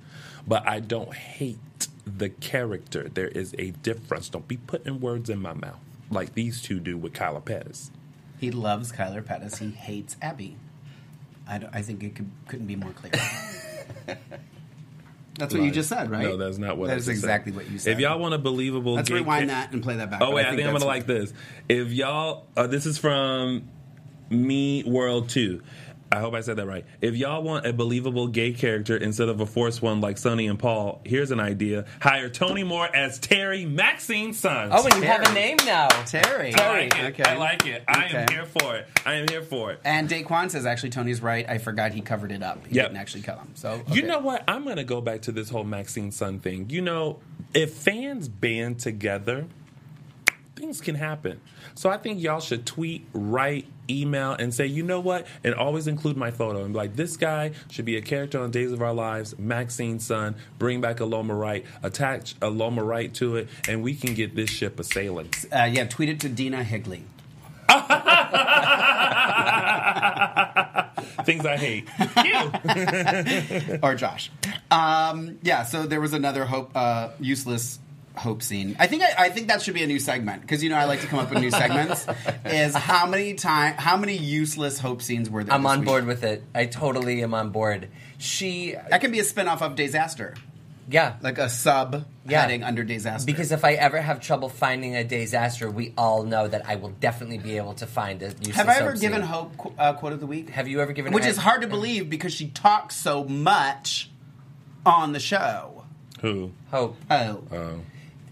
but I don't hate the character. There is a difference. Don't be putting words in my mouth like these two do with Kyla Pettis.
He loves Kyler Pettis. He hates Abby. I, don't- I think it could, couldn't be more clear. That's what you
Like,
just said, right?
No, that's not what. I
That's
just said.
exactly what you said.
If y'all want a believable,
Let's
gay
rewind
ca-
that and play that back.
Oh wait,
I
I
think
think, I'm
that's
gonna
what-
like this. If y'all, uh, this is from Me World Two. I hope I said that right. If y'all want a believable gay character instead of a forced one like Sonny and Paul, here's an idea: hire Tony Moore as Terry Maxine's son.
Oh, and you have a name now.
Terry.
I like it.
Okay.
I like it. I am
Okay.
here for it. I am here for it.
And Daquan says actually Tony's right. I forgot he covered it up. He
Yep.
didn't actually kill him. So
You know what? I'm going to go back to this whole Maxine Sun thing. You know, if fans band together, things can happen. So I think y'all should tweet, write, email, and say, you know what? And always include my photo and be like, this guy should be a character on Days of Our Lives, Maxine Sun, bring back Aloma Wright, attach Aloma Wright to it, and we can get this ship a sailing.
uh, yeah, tweet it to Dina Higley.
Things I hate.
or Josh. Um, yeah, so there was another hope, uh, useless hope scene. I think I, I think that should be a new segment because you know I like to come up with new segments. is how many time how many useless hope scenes were there?
I'm
this
on
week?
board with it. I totally am on board. She
That can be a spinoff of Disaster.
Yeah,
like a sub
Yeah.
heading under Disaster.
Because if I ever have trouble finding a disaster, we all know that I will definitely be able to find it.
have I ever given Hope qu- uh, quote of the week?
Have you ever given?
Which
I-
is hard to believe because she talks so much on the show.
Who?
Hope.
Oh.
Oh.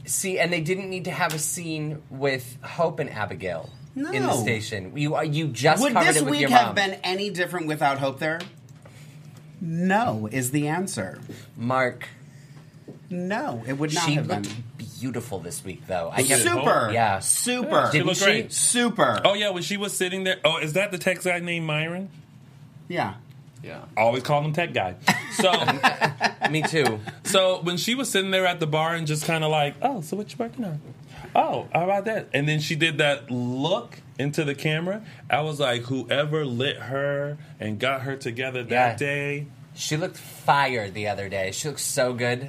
See, and they didn't need to have a scene with Hope and Abigail in the
No.
station. You uh, you just
Would
covered
this
it with
week
your
have
mom.
been any different without Hope there? No is the answer.
Mark.
No, it would not
she
have been.
looked beautiful this week, though.
Super.
Yeah.
Super.
She looked great.
Super.
Oh, yeah, when she was sitting there. Oh, is that the tech guy named Myron?
Yeah.
Yeah. I always call him tech guy. So
Me too.
So when she was sitting there at the bar and just kind of like, oh, so what you working on? Oh, how about that? And then she did that look into the camera. I was like, whoever lit her and got her together that
Yeah.
day.
She looked fire the other day. She looked so good.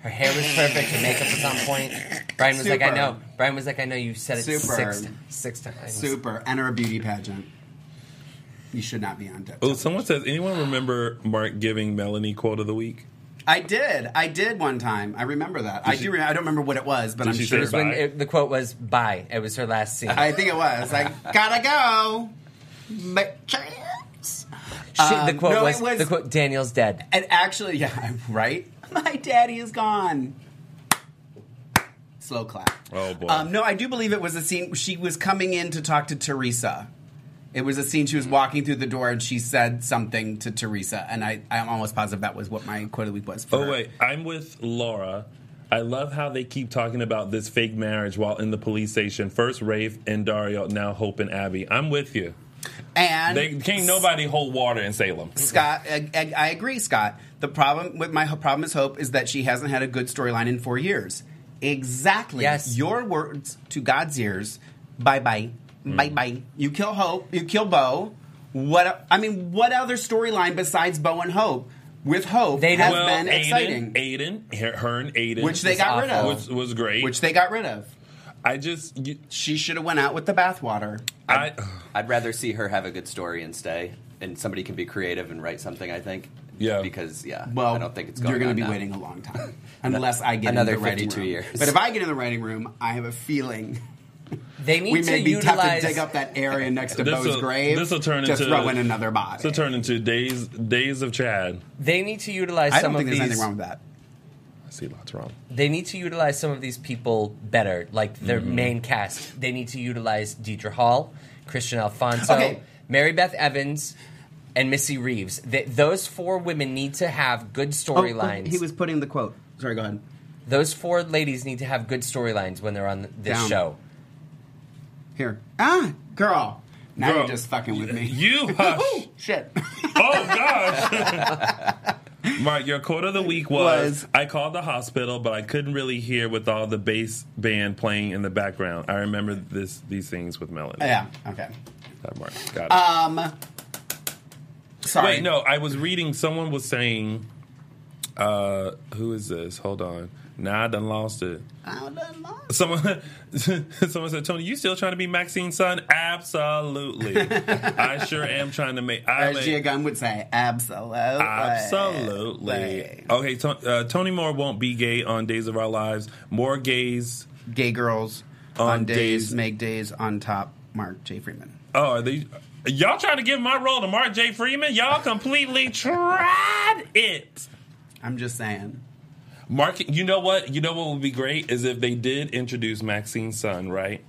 Her hair was perfect. Her makeup was on point. Brian was like, I
Super.
know. Brian was like, I know. You said it
Super.
six six times.
Super. Enter a beauty pageant. You should not be on
Oh, someone says, anyone remember Mark giving Melanie quote of the week?
I did. I did one time. I remember that. I do. Re- I don't remember what it was, but
Did
I'm
she
sure.
say
It was when it, the quote was "bye." It was her last scene.
I think it was. I gotta go. But chance.
She, the
Um,
quote
no,
was,
it was-
the quote Daniel's dead.
And actually, yeah, right. My daddy is gone. Slow clap.
Oh, boy.
Um, no, I do believe it was a scene. She was coming in to talk to Teresa. It was a scene
Mm.
she was walking through the door and she said something to Teresa, and I, I'm almost positive that was what my quote of the week was. For
Oh
her.
wait, I'm with Laura. I love how they keep talking about this fake marriage while in the police station. First Rafe and Dario, now Hope and Abby. I'm with you.
and
They can't nobody hold water in Salem.
Scott, I, I I agree, Scott. The problem with my ho- problem is hope is that she hasn't had a good storyline in four years. Exactly.
Yes.
Your words to God's ears. Bye bye.
Mm.
Bye bye. You kill Hope. You kill Bo. What I mean, what other storyline besides Bo and Hope with Hope
They
has
well,
been
Aiden,
exciting,
Aiden, her- her and Aiden,
Which they
was
got rid
awful.
of.
which was great.
which they got rid of.
I just, you,
She should have went out with the bathwater.
I,
I'd rather see her have a good story and stay, and somebody can be creative and write something. I think.
Yeah.
Because yeah,
Well,
I don't think it's going.
you're going
on
to be
now.
waiting a long time unless I get
Another
in the writing
52
room.
years.
But if I get in the writing room, I have a feeling
They need
we
to
may be have
utilize.
to dig up that area next to Bo's
will-
grave.
This will turn
to
into
throw in another body.
This will turn into days days of Chad.
They need to utilize
I
some
don't think
of
there's
these.
anything wrong with that.
I see lots wrong.
They need to utilize some of these people better, like their
Mm-hmm.
main cast. They need to utilize Deidre Hall, Christian Alfonso,
Okay.
Mary Beth Evans, and Missy Reeves. Th those four women need to have good storylines.
Oh, he was putting the quote. Sorry, go ahead.
those four ladies need to have good storylines when they're on this
Down.
show.
Here, ah, girl, Now
Girl,
you're just fucking with me.
You hush.
Shit.
oh gosh. Mark, your quote of the week was, I called the hospital, but I couldn't really hear with all the bass band playing in the background. I remember this these things with Melanie.
Yeah, okay.
That Mark got it.
Um, sorry.
Wait, no, I was reading someone was saying uh who is this? Hold on. Nah, I done lost it. Someone, someone said, Tony, you still trying to be Maxine's son? Absolutely, I sure am trying to make. I
As
make-
Gia Gunn would say, absolutely.
Absolutely. Okay, Ton uh, Tony Moore won't be gay on Days of Our Lives. More gays.
Gay girls
on,
On days,
days.
make days on top, Mark J. Freeman.
Oh, are they? Y'all trying to give my role to Mark J. Freeman? Y'all completely tried it.
I'm just saying.
Mark, you know what? You know what would be great is if they did introduce Maxine's son, right?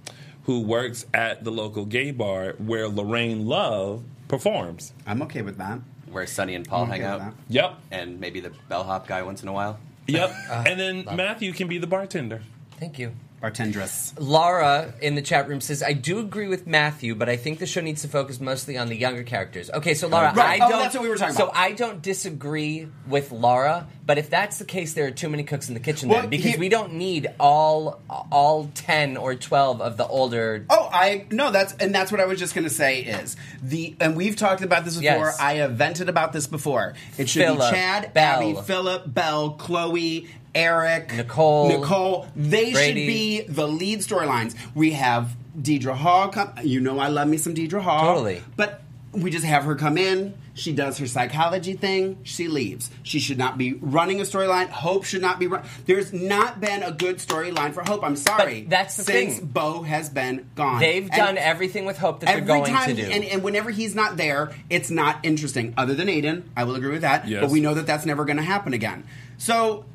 Who works at the local gay bar where Lorraine Love performs.
I'm okay with that.
Where Sonny and Paul
I'm
hang
okay
out.
with Yep.
And maybe the bellhop guy once in a while.
Yep.
Ah,
and then Matthew can be the bartender.
Thank you.
Bartendress.
Laura in the chat room says, I do agree with Matthew, but I think the show needs to focus mostly on the younger characters. Okay, so Laura,
Right.
I
Oh,
don't.
that's what we were talking
so
about.
I don't disagree with Laura, but if that's the case, there are too many cooks in the kitchen
Well,
then because
he-
we don't need all all 10 or 12 of the older.
Oh, I no. That's and that's what I was just going to say is the and we've talked about this before.
Yes.
I have vented about this before. It should
Philip,
be Chad,
Bell.
Abby, Philip, Bell, Chloe, Eric,
Nicole,
Nicole. They
Brady.
should be the lead storylines. We have Deidre Hall come. You know, I love me some Deidre Hall.
Totally.
but. We just have her come in. She does her psychology thing. She leaves. She should not be running a storyline. Hope should not be run. There's not been a good storyline for Hope. I'm sorry.
that's the
since
thing.
Bo has been gone.
They've
Oh, And-
done everything with hope that they're
every
going
time,
to do.
And, and whenever he's not there, it's not interesting. Other than Aiden, I will agree with that.
Yes.
But we know that that's never going to happen again. So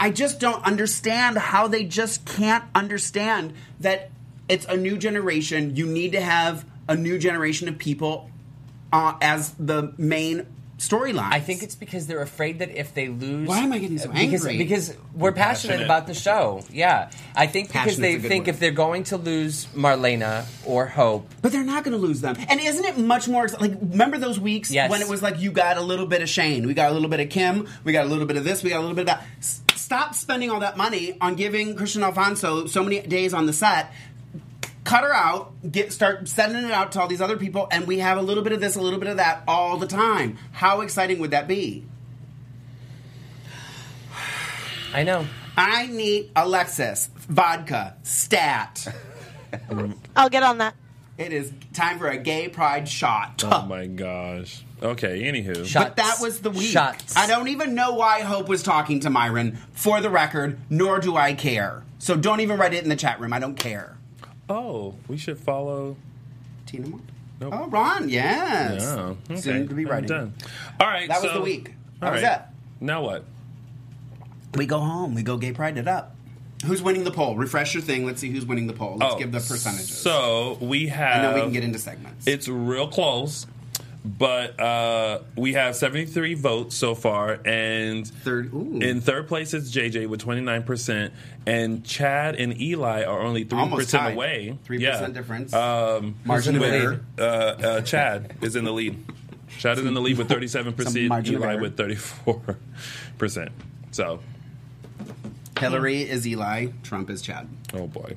I just don't understand how they just can't understand that it's a new generation. You need to have a new generation of people uh, as the main storyline.
I think it's because they're afraid that if they lose,
Why am I getting so
because,
angry?
Because we're passionate,
Passionate.
about the show. Yeah, I think because
Passionate's
they
a good
think
word.
if they're going to lose Marlena or Hope,
But they're not going to lose them. And isn't it much more ex- like remember those weeks
Yes.
when it was like you got a little bit of Shane, we got a little bit of Kim, we got a little bit of this, we got a little bit of that. S- stop spending all that money on giving Christian Alfonso so many days on the set. Cut her out, get start sending it out to all these other people, and we have a little bit of this, a little bit of that all the time. How exciting would that be?
I know.
I need Alexis, vodka, stat.
I'll get on that.
It is time for a gay pride shot.
Oh my gosh. Okay, anywho.
But that was the week. I don't even know why Hope was talking to Myron, for the record, nor do I care. So don't even write it in the chat room. I don't care.
Oh, we should follow
Tina Moore. Oh, Ron, yes.
Yeah. Okay.
Soon to be
I'm
writing.
done. All right.
That was
so-
the week. That
all
was
right. Now what?
We go home. We go gay pride it up. Who's winning the poll? Refresh your thing. Let's see who's winning the poll. Let's
Oh,
give the percentages.
So uh, we
And
have.
then we can get into segments.
It's real close, but uh, we have 73 votes so far, and
third
in third place is JJ with 29 percent, and Chad and Eli are only three
Almost
percent
tied.
away.
3% difference.
Um,
Margin of
with,
error.
Uh, uh, Chad is in the lead. Chad is in the lead with 37
Some
percent.
margin of
Eli
error.
with 34 percent. So
Hillary is Eli, Trump is Chad.
Oh, boy.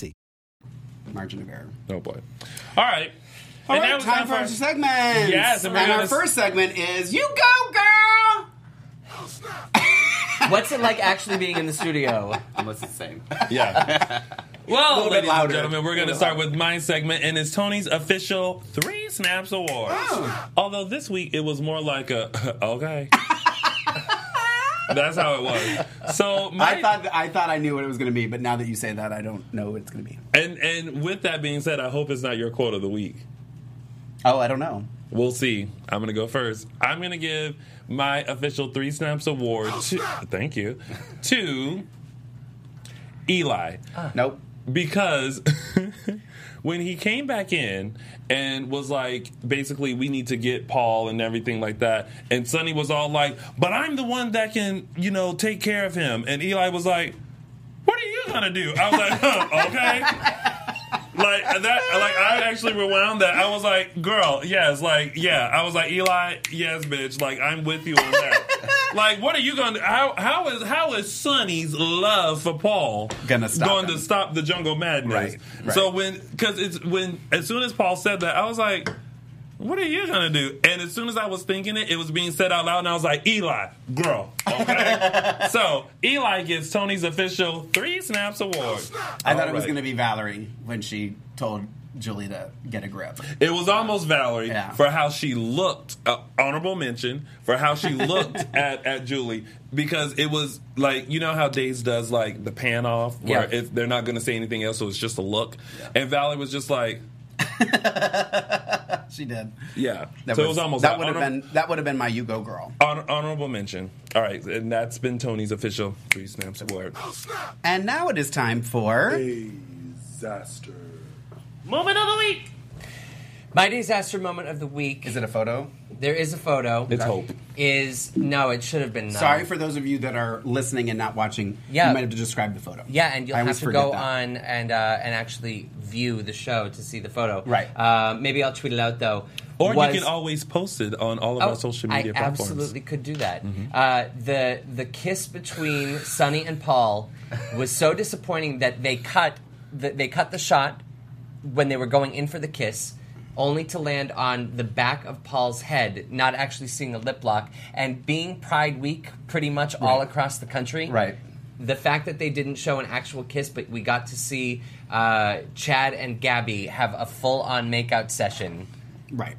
Margin of error.
Oh boy. All right.
All
And
right,
now it's
time for our segments.
Yes,
and,
and we're gonna
our
s-
first segment is You Go Girl!
what's it like actually being in the studio?
Almost the same.
Yeah. Well,
bit
ladies and
louder.
gentlemen, we're going to start with my segment, and it's Tony's official Three Snaps Award.
Oh.
Although this week it was more like a okay. That's how it was. So my
I thought I thought I knew what it was going to be, but now that you say that, I don't know what it's going to be.
and and with that being said, I hope it's not your quote of the week.
Oh, I don't know.
We'll see. I'm going to go first. I'm going to give my official Three Snaps Award to. Thank you. To Eli.
Nope.
Because when he came back in and was like, basically, we need to get Paul and everything like that, and Sonny was all like, but I'm the one that can, you know, take care of him. And Eli was like, what are you going to do? I was like, huh, okay like that like I actually rewound that. I was like, girl, yes, like yeah. I was like, Eli, yes, bitch, like I'm with you on that. like, what are you gonna how how is how is Sonny's love for Paul
Gonna stop
going
him.
to stop the jungle madness?
Right, right.
So when cause it's when as soon as Paul said that, I was like what are you gonna do? And as soon as I was thinking it, it was being said out loud, and I was like, Eli, girl. Okay. so Eli gets Tony's official three snaps award.
I thought it was
Alright.
going to be Valerie when she told Julie to get a grip.
It was almost Valerie for how she looked. Uh, honorable mention for how she looked at, at Julie because it was like you know how Days does like the pan off where
Yeah.
it's they're not going to say anything else, so it's just a look. And Valerie was just like,
She did.
yeah. so it was almost
that
like
would have
honor-
been that would have been my you go girl.
honor- honorable mention. All right, and that's been Tony's official three snaps award.
And now it is time for
disaster.
Moment of the week. My disaster moment of the week. Is
it a photo?
There is a photo.
It's hope.
Is no, it should have been. None.
Sorry for those of you that are listening and not watching.
Yeah.
You might have to describe the photo.
Yeah, and you'll
I
have
always
to
forget
go
that.
on and uh, and actually view the show to see the photo.
Right.
Uh, maybe I'll tweet it out though.
Or
Was-
you can always post it on all of
Oh,
our social media
I
platforms. Mm-hmm.
absolutely could do that. Uh, the the kiss between Sonny and Paul was so disappointing that they cut the, they cut the shot when they were going in for the kiss. Only to land on the back of Paul's head, not actually seeing a lip lock, and being Pride Week pretty much all
Right.
across the country.
Right.
The fact that they didn't show an actual kiss, but we got to see uh, Chad and Gabby have a full-on makeout session
Right.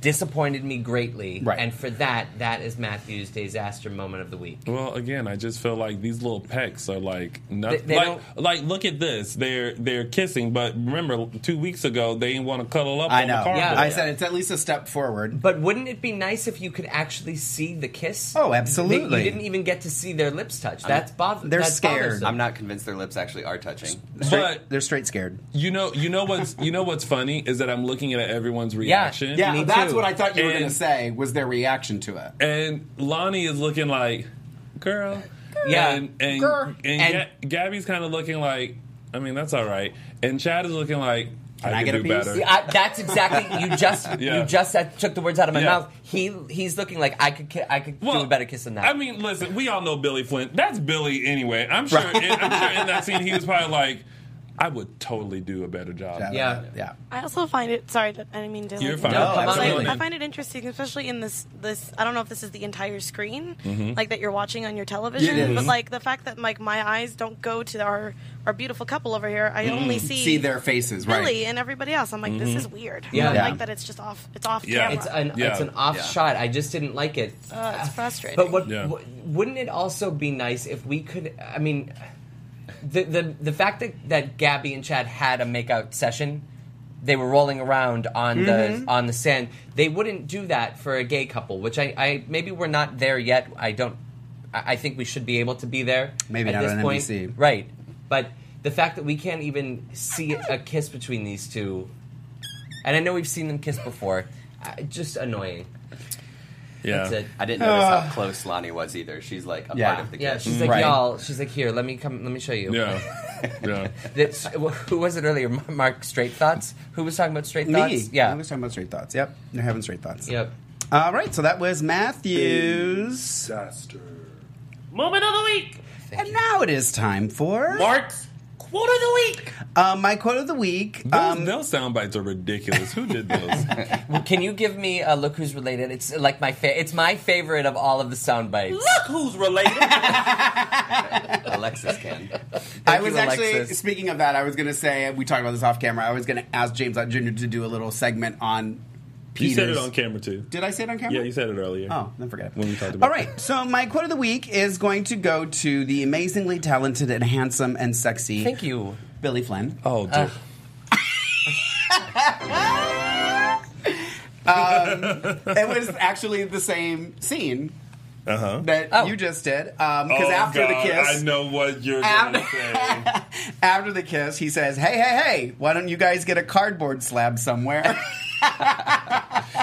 disappointed me greatly.
Right.
And for that, that is Matthew's disaster moment of the week.
Well, again, I just feel like these little pecks are like nothing.
They- they
like, like, look at this. They're they're kissing, but remember, two weeks ago they didn't want to cuddle up.
I
on
know.
The carpet.
Yeah.
I said it's at least a step forward.
But wouldn't it be nice if you could actually see the kiss?
Oh,
They- you didn't even get to see their lips touch. That's bothersome.
They're
that's
scared.
bothersome.
I'm not convinced their lips actually are touching.
But
They're straight scared.
you know, you know what's you know what's funny is that I'm looking at everyone's reaction.
Yeah, that's what I thought you were going to
And-
say was their reaction to it.
And Lonnie is looking like, girl.
Yeah.
And and,
Girl.
and, Ga- Gabby's kind of looking like, I mean, that's all right. And Chad is looking like, I,
I
can
get a
do
piece?
better.
See, I- that's exactly you just
Yeah.
you just uh, took the words out of my
Yeah.
mouth. He he's looking like I could ki- I could do a better kiss than that.
I mean, listen, we all know Billy Flint. That's Billy anyway. I'm sure. in, I'm sure in that scene, he was probably like, "I would totally do a better job."
Yeah.
yeah.
I also find it. Sorry, that- I didn't mean to.
You're
like,
fine. No,
interrupt, but, like,
absolutely.
I find it interesting, especially in this. This I don't know if this is the entire screen,
Mhm.
like that you're watching on your television,
It is.
but like the fact that like my eyes don't go to our our beautiful couple over here. I only
Mm.
see
See their faces, right.
Billy and everybody else. I'm like, this
Mhm.
is weird.
Yeah.
I
Yeah.
like that it's just off. It's off
Yeah.
camera.
it's an
Yeah.
it's an off
Yeah.
shot. I just didn't like it.
Uh, it's frustrating.
But what,
Yeah.
what- wouldn't it also be nice if we could? I mean, the the the fact that that Gabby and Chad had a makeout session, they were rolling around on
Mm-hmm.
Mhm.
the on the sand. They wouldn't do that for a gay couple, which I, I maybe we're not there yet. I don't. I I think we should be able to be there.
Maybe
at
not
this
on
point.
NBC.
right? But the fact that we can't even see a kiss between these two, and I know we've seen them kiss before, I- just annoying. That's it.
I didn't notice
Ah.
how close Lonnie was either. She's like a part of the
uh,
Yeah,
kiss.
she's like, y'all, she's like, here, let me come, let me show you.
Yeah.
Yeah.
That's, who was it earlier? Mark Straight Thoughts? Who was talking about Straight
Me.
Thoughts? Yeah.
I was talking about straight thoughts. Yep. They're having straight thoughts.
Yep.
All right. So that was Matthews.
Disaster.
Moment of the week!
and now it is time for
Mark's quote of the week.
Um, my quote of the week. um,
Those, those sound bites are ridiculous. Who did those?
Well, Can you give me a look who's related? It's like my fa- it's my favorite of all of the sound bites. Look
who's related.
Alexis can.
I
Thank
was
you,
actually
Alexis.
speaking of that. I was going to say we talked about this off camera. I was going to ask James Lott Jr. to do a little segment on. Peters.
You said it on camera too.
Did I say it on camera?
Yeah, you said it earlier.
Oh, then forget it.
When we talked about
All right. So my quote of the week is going to go to the amazingly talented and handsome and sexy. Thank
you,
Uh, Billy Flynn.
Oh,
dear.
Um, it was actually the same scene that you just did. Because
Uh-huh. Oh,
after the
God, I
kiss,
know what you're going to say.
after the kiss, he says, "Hey, hey, hey! Why don't you guys get a cardboard slab somewhere?"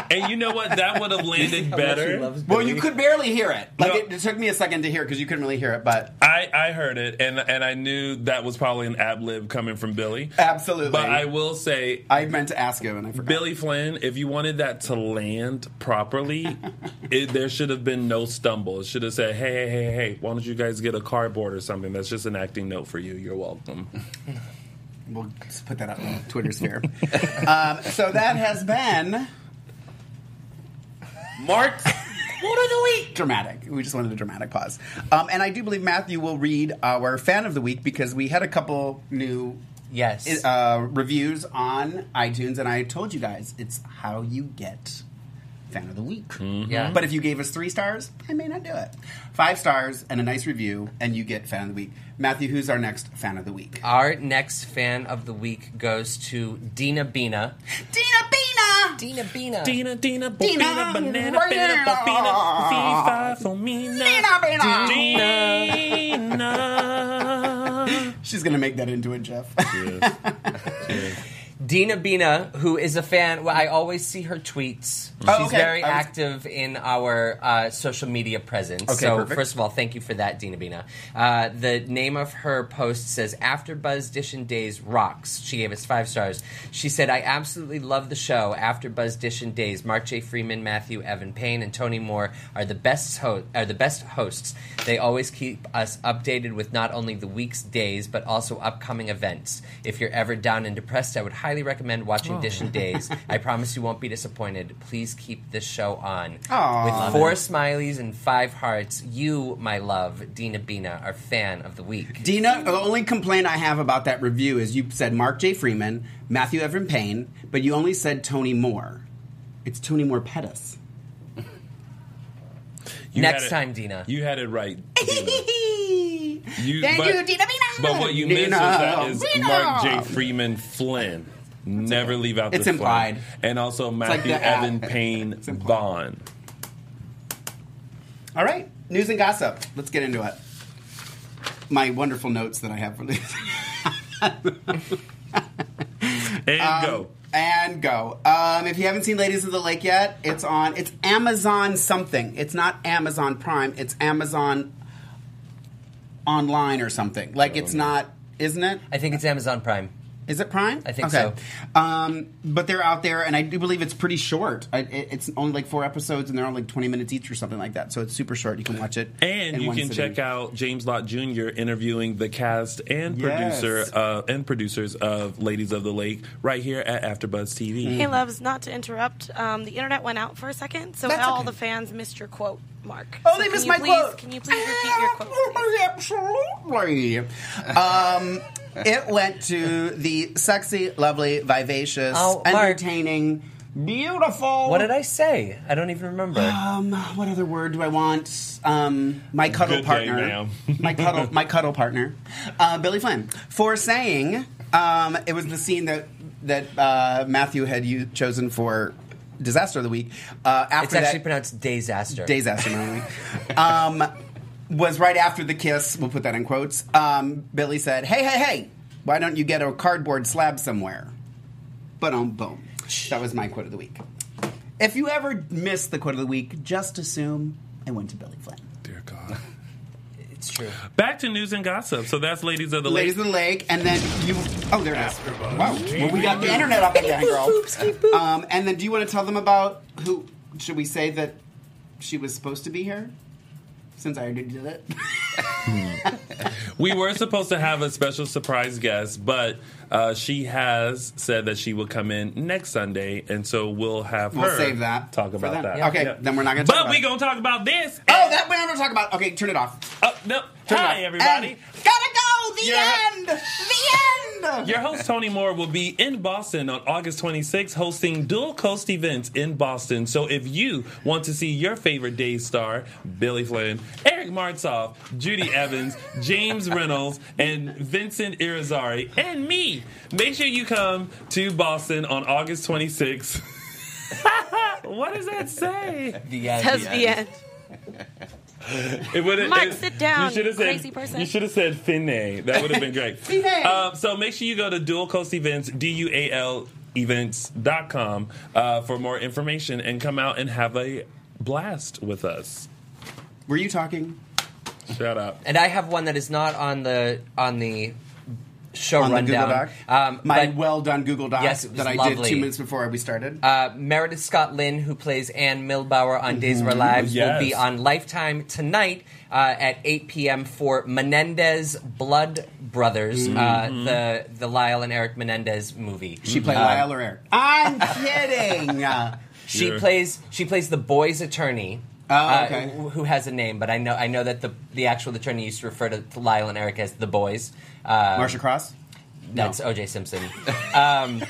And you know what? That would have landed better.
Well, you could barely hear it. Like it, it took me a second to hear because you couldn't really hear it, but
I, I heard it, and and I knew that was probably an ad lib coming from Billy.
Absolutely.
But I will say,
I meant to ask him, and I forgot.
Billy Flynn, if you wanted that to land properly, it, there should have been no stumble. It should have said, "Hey, hey, hey, hey, why don't you guys get a cardboard or something?" That's just an acting note for you. You're welcome.
we'll just put that up on Twitter sphere. um, so that has been Mark. What of the week? Dramatic. We just wanted a dramatic pause. Um, and I do believe Matthew will read our fan of the week because we had a couple new
yes
uh, reviews on iTunes, and I told you guys it's how you get fan of the week.
Yeah.
But if you gave us three stars, I may not do it. Five stars and a nice review, and you get fan of the week. Matthew, who's our next fan of the week?
Our next fan of the week goes to Dina Bina. Dina Bina.
Dina Dina
Dina.
Bobina Banana
Right
Banana
there.
Bobina Fifa Fomina
Bina.
Dina
She's gonna make that into it, Jeff.
Dina Bina, who is a fan. Well, I always see her tweets.
Oh,
She's
okay.
very
I was-
active in our uh, social media presence.
Okay,
so,
perfect.
first of all, thank you for that, Dina Bina. Uh, the name of her post says, After Buzz Dish and Days rocks. She gave us five stars. She said, I absolutely love the show. After Buzz Dish and Days, Mark J. Freeman, Matthew, Evan Payne, and Tony Moore are the best, ho- are the best hosts. They always keep us updated with not only the week's days, but also upcoming events. If you're ever down and depressed, I would highly recommend watching
Oh.
Dish and Days. I promise you won't be disappointed. Please keep this show on.
Aw.
With four smileys and five hearts, you, my love, Dina Bina, are fan of the week.
Dina, the only complaint I have about that review is you said Mark J. Freeman, Matthew Evan Payne, but you only said Tony Moore. It's Tony Moore Pettis.
had
Next
it-
time, Dina.
You had it right. Dina. You-
Thank
but-
you, Dina Bina.
But what you
Dina.
missed is that is
Dina.
Mark J. Freeman Flynn. Never leave out
ah. It's
the
implied.
Flynn. And also
like
Matthew
the app.
Evan Payne Vaughn.
All right, news and gossip. Let's get into it. My wonderful notes that I have for this.
And
Um,
go.
And go. Um, if you haven't seen Ladies of the Lake yet, it's on. It's Amazon something. It's not Amazon Prime. It's Amazon online or something. Like it's not, isn't it?
I think it's Amazon Prime.
Is it Prime?
I think
so. Um, but they're out there, and I do believe it's pretty short. I, it, it's only like four episodes, and they're only like twenty minutes each or something like that. So it's super short. You can watch it.
And
in
you
one
can
sitting.
check out James Lott Jr. interviewing the cast and
Yes.
producer uh, and producers of Ladies of the Lake right here at AfterBuzz TV.
Hmm.
Hey, loves, not to interrupt. Um, the internet went out for a second, so
That's
all
okay.
the fans missed your quote, Mark.
Oh,
So
they
can
missed
you
my
please-
quote.
Can you please repeat your quote?
Absolutely. Um, it went to the sexy, lovely, vivacious,
Oh, Mark.
entertaining, beautiful.
What did I say? I don't even remember.
Um, what other word do I want? Um, my cuddle
Good day,
partner.
ma'am.
my cuddle, my cuddle partner, uh, Billy Flynn, for saying um, it was the scene that that uh, Matthew had you chosen for disaster of the week. Uh, after
it's actually
that,
pronounced Daysaster.
Days after my week. Um, was right after the kiss. We'll put that in quotes. Um, Billy said, "Hey, hey, hey! Why don't you get a cardboard slab somewhere?" But um, boom. That was my quote of the week. If you ever miss the quote of the week, just assume I went to Billy Flynn.
Dear God.
It's true.
Back to news and gossip. So that's Ladies of the Lake.
Ladies of the Lake, and then you. Oh, there it is. Wow, well, we got the internet up again, girl. Um, and then, do you want to tell them about who? Should we say that she was supposed to be here? Since I already did it.
we were supposed to have a special surprise guest, but uh, she has said that she will come in next Sunday, and so we'll have
We'll
her
save that.
talk about
that.
that.
Okay, then we're not gonna
But
talk about
we
it.
gonna talk about this.
Oh, that we're not gonna talk about. Okay, turn it off.
Oh, no.
Turn it
Hi,
off.
everybody.
And gotta go. The
You're-
end. The end.
Your host Tony Moore will be in Boston on August 26th, hosting Dual Coast events in Boston. So if you want to see your favorite day star, Billy Flynn, Eric Martzoff, Judy Evans, James Reynolds, and Vincent Irizarry, and me, make sure you come to Boston on August 26th. What does that say?
the uh,
end, Says the the end.
It would've-
Mark,
it-
sit down,
you should have
you
said,
crazy person.
You should have said Finne. That would have been great.
Finne.
Um, so make sure you go to Dual Coast Events, D U A L events.com uh, for more information and come out and have a blast with us.
Were you talking?
Shut up.
And I have one that is not on the on the show
on the Google
rundown.
Doc.
Um,
My
but-
well done Google Doc
Yes, it was
that I did
lovely.
two minutes before we started.
Uh, Meredith Scott Lynn, who plays Anne Milbauer on Days of Our
Mhm.
Lives,
Yes.
will be on Lifetime tonight uh, at 8 p.m. for Menendez Blood Brothers,
Mhm.
uh, the the Lyle and Eric Menendez movie.
She played
Um,
Lyle or Eric? I'm kidding.
Uh, She
Sure.
plays she plays the boy's attorney.
Oh,
uh,
okay.
wh- who has a name? But I know I know that the the actual attorney used to refer to, to Lyle and Eric as the boys. Uh,
Marsha Cross. No.
That's O.J. Simpson. um,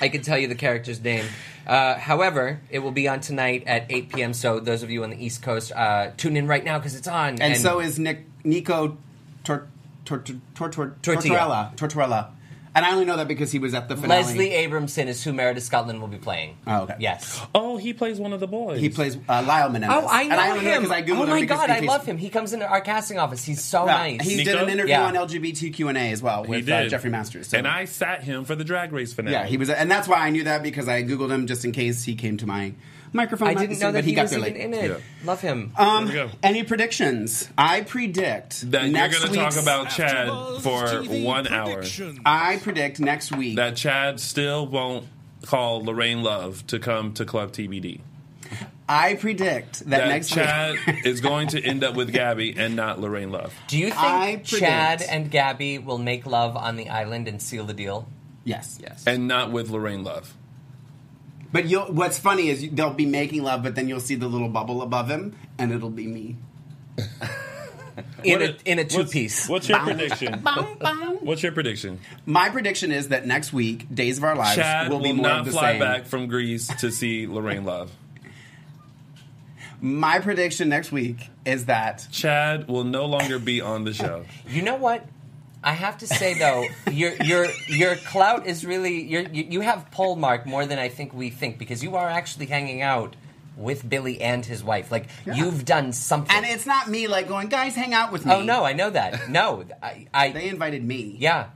I can tell you the character's name. Uh, however, it will be on tonight at 8 p.m. So those of you on the East Coast, uh, tune in right now because it's on.
And, so is Nick Nico Tor, Tor, Tor, Tor, Tor,
Tortilla.
Tortorella. Tortorella. And I only know that because he was at the finale.
Leslie Abramson is who Meredith Scotland will be playing.
Oh, okay.
Yes.
Oh, he plays one of the boys.
He plays uh, Lyle Menendez.
Oh, I
And
know
only that
him.
'cause I Googled
oh
him
my
because in
god, I
case-
love him. He comes into our casting office. He's so
Yeah.
Oh, nice.
He did an interview on LGBTQ and A as well
He
with uh,
did.
Jeffrey Masters. So.
And I sat him for the drag race finale.
yeah, he was, and that's why I knew that because I Googled him just in case he came to my microphone.
I
not
didn't
to
know
see,
that
but
he,
got
was
there
even
late.
in it. Love him.
Um, any predictions? I predict
that
next
you're going to talk
week's-
about Chad for one hour.
I predict next week
That Chad still won't call Lorraine Love to come to Club TBD.
I predict that, next
Chad
week.
is going to end up with Gabby and not Lorraine Love.
Do you think
I predict-
Chad and Gabby will make love on the island and seal the deal?
Yes.
Yes.
And not with Lorraine Love.
But you'll, what's funny is you, they'll be making love, but then you'll see the little bubble above him, and it'll be me.
In a, in a two piece.
What's your prediction? What's your prediction?
My prediction is that next week, Days of Our Lives
Chad
will
will,
be more of
not
the
fly
same.
back from Greece to see Lorraine Love.
My prediction next week is that
Chad will no longer be on the show.
You know what? I have to say though, your your your clout is really your you, you have pole mark more than I think we think because you are actually hanging out with Billy and his wife. Like you've done something.
and it's not me like going, guys, hang out with me.
oh no, I know that. No, I, I
they invited me.
Yeah.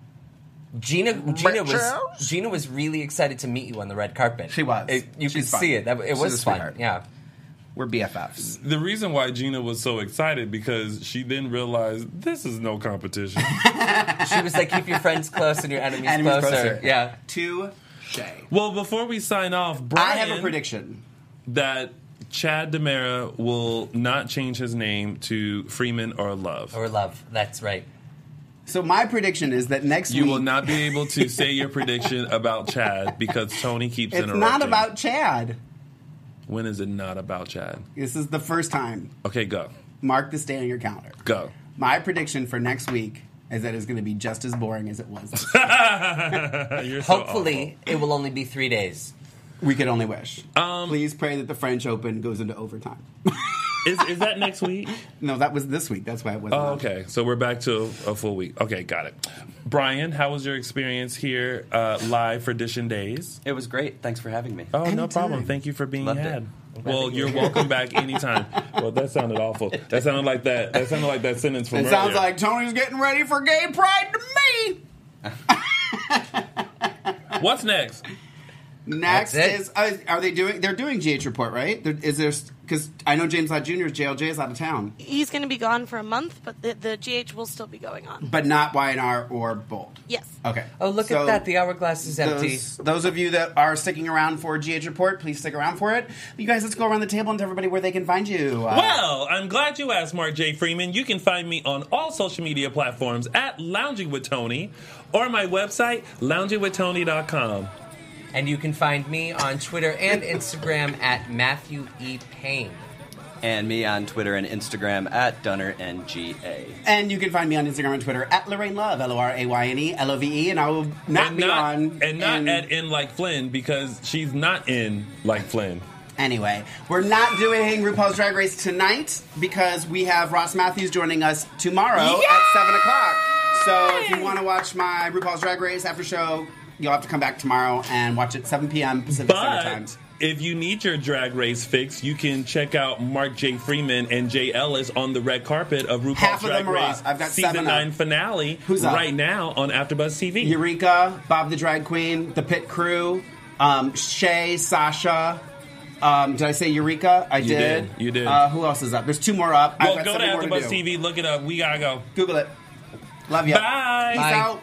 Gina, Gina
Richards?
was Gina was really excited to meet you on the red carpet. She
was.
you
She's
could
fun.
see it. That, it
She's
was
a
fun.
sweetheart.
Yeah.
We're BFFs.
The reason why Gina was so excited because she then realized this is no competition.
She was like, "Keep your friends close and your enemies,
Enemies
closer.
closer.
Yeah.
Two. Shay.
Well, before we sign off, Brian,
I have a prediction
that Chad Demera will not change his name to Freeman or Love.
Or Love. That's right.
So my prediction is that next
you
week
will not be able to say your prediction about Chad because Tony keeps
it's
interrupting.
not about Chad.
When is it not about Chad?
This is the first time.
Okay, go.
Mark this day on your calendar.
Go.
My prediction for next week is that it's going to be just as boring as it was.
You're so
Hopefully, it will only be three days.
we could only wish.
Um,
Please pray that the French Open goes into overtime.
is, is that next week?
No, that was this week. That's why it wasn't.
Oh, okay. So we're back to a full week. Okay, got it. Brian, how was your experience here uh, live for Dish and Days?
It was great. Thanks for having me.
Oh, no problem. Thank you for being
Loved it.
had.
I'm glad
Well,
to hear
you're
it.
welcome back anytime. well, that sounded awful. That sounded like that. That sounded like that sentence from
It
earlier.
sounds like Tony's getting ready for gay pride to me.
What's next?
Next
That's it.
is uh, are they doing? They're doing GH report, right? There, is there? Because I know James Lott Jr.'s JLJ is out of town,
He's going to be gone for a month, but the, the GH will still be going on.
but not YNR or Bold.
Yes.
Okay.
Oh, look at
So-
that. The hourglass is empty.
Those, those of you that are sticking around for GH report, please stick around for it. You guys, let's go around the table and tell everybody where they can find you. Uh,
Well, I'm glad you asked, Mark J. Freeman. You can find me on all social media platforms at Lounging with Tony or my website, loungingwithtony.com.
And you can find me on Twitter and Instagram at Matthew E. Payne.
And me on Twitter and Instagram at Dunner NGA.
And you can find me on Instagram and Twitter at Lorraine Love, L O R A Y N E L O V E, and I will not
and
be
not,
on.
and not at in like Flynn because she's not in like Flynn.
Anyway, we're not doing RuPaul's Drag Race tonight because we have Ross Matthews joining us tomorrow at 7 o'clock. So if you want to watch my RuPaul's Drag Race after show, you'll have to come back tomorrow and watch it 7 p.m. Pacific Standard
But
Time.
If you need your drag race fix, you can check out Mark J. Freeman and Jay Ellis on the red carpet of RuPaul's
Half of
Drag
them are up.
Race
I've got
season
seven up.
nine finale
Who's up?
right now on AfterBuzz TV.
Eureka, Bob the Drag Queen, the Pit Crew, um, Shay, Sasha. Um, did I say Eureka? I
You
did.
did. You did.
Uh, who else is up? There's two more up.
Well,
I've got
go to
seven more
AfterBuzz
do.
TV, look it up. We gotta go.
Google it. Love you.
Bye.
Peace
Bye.
out.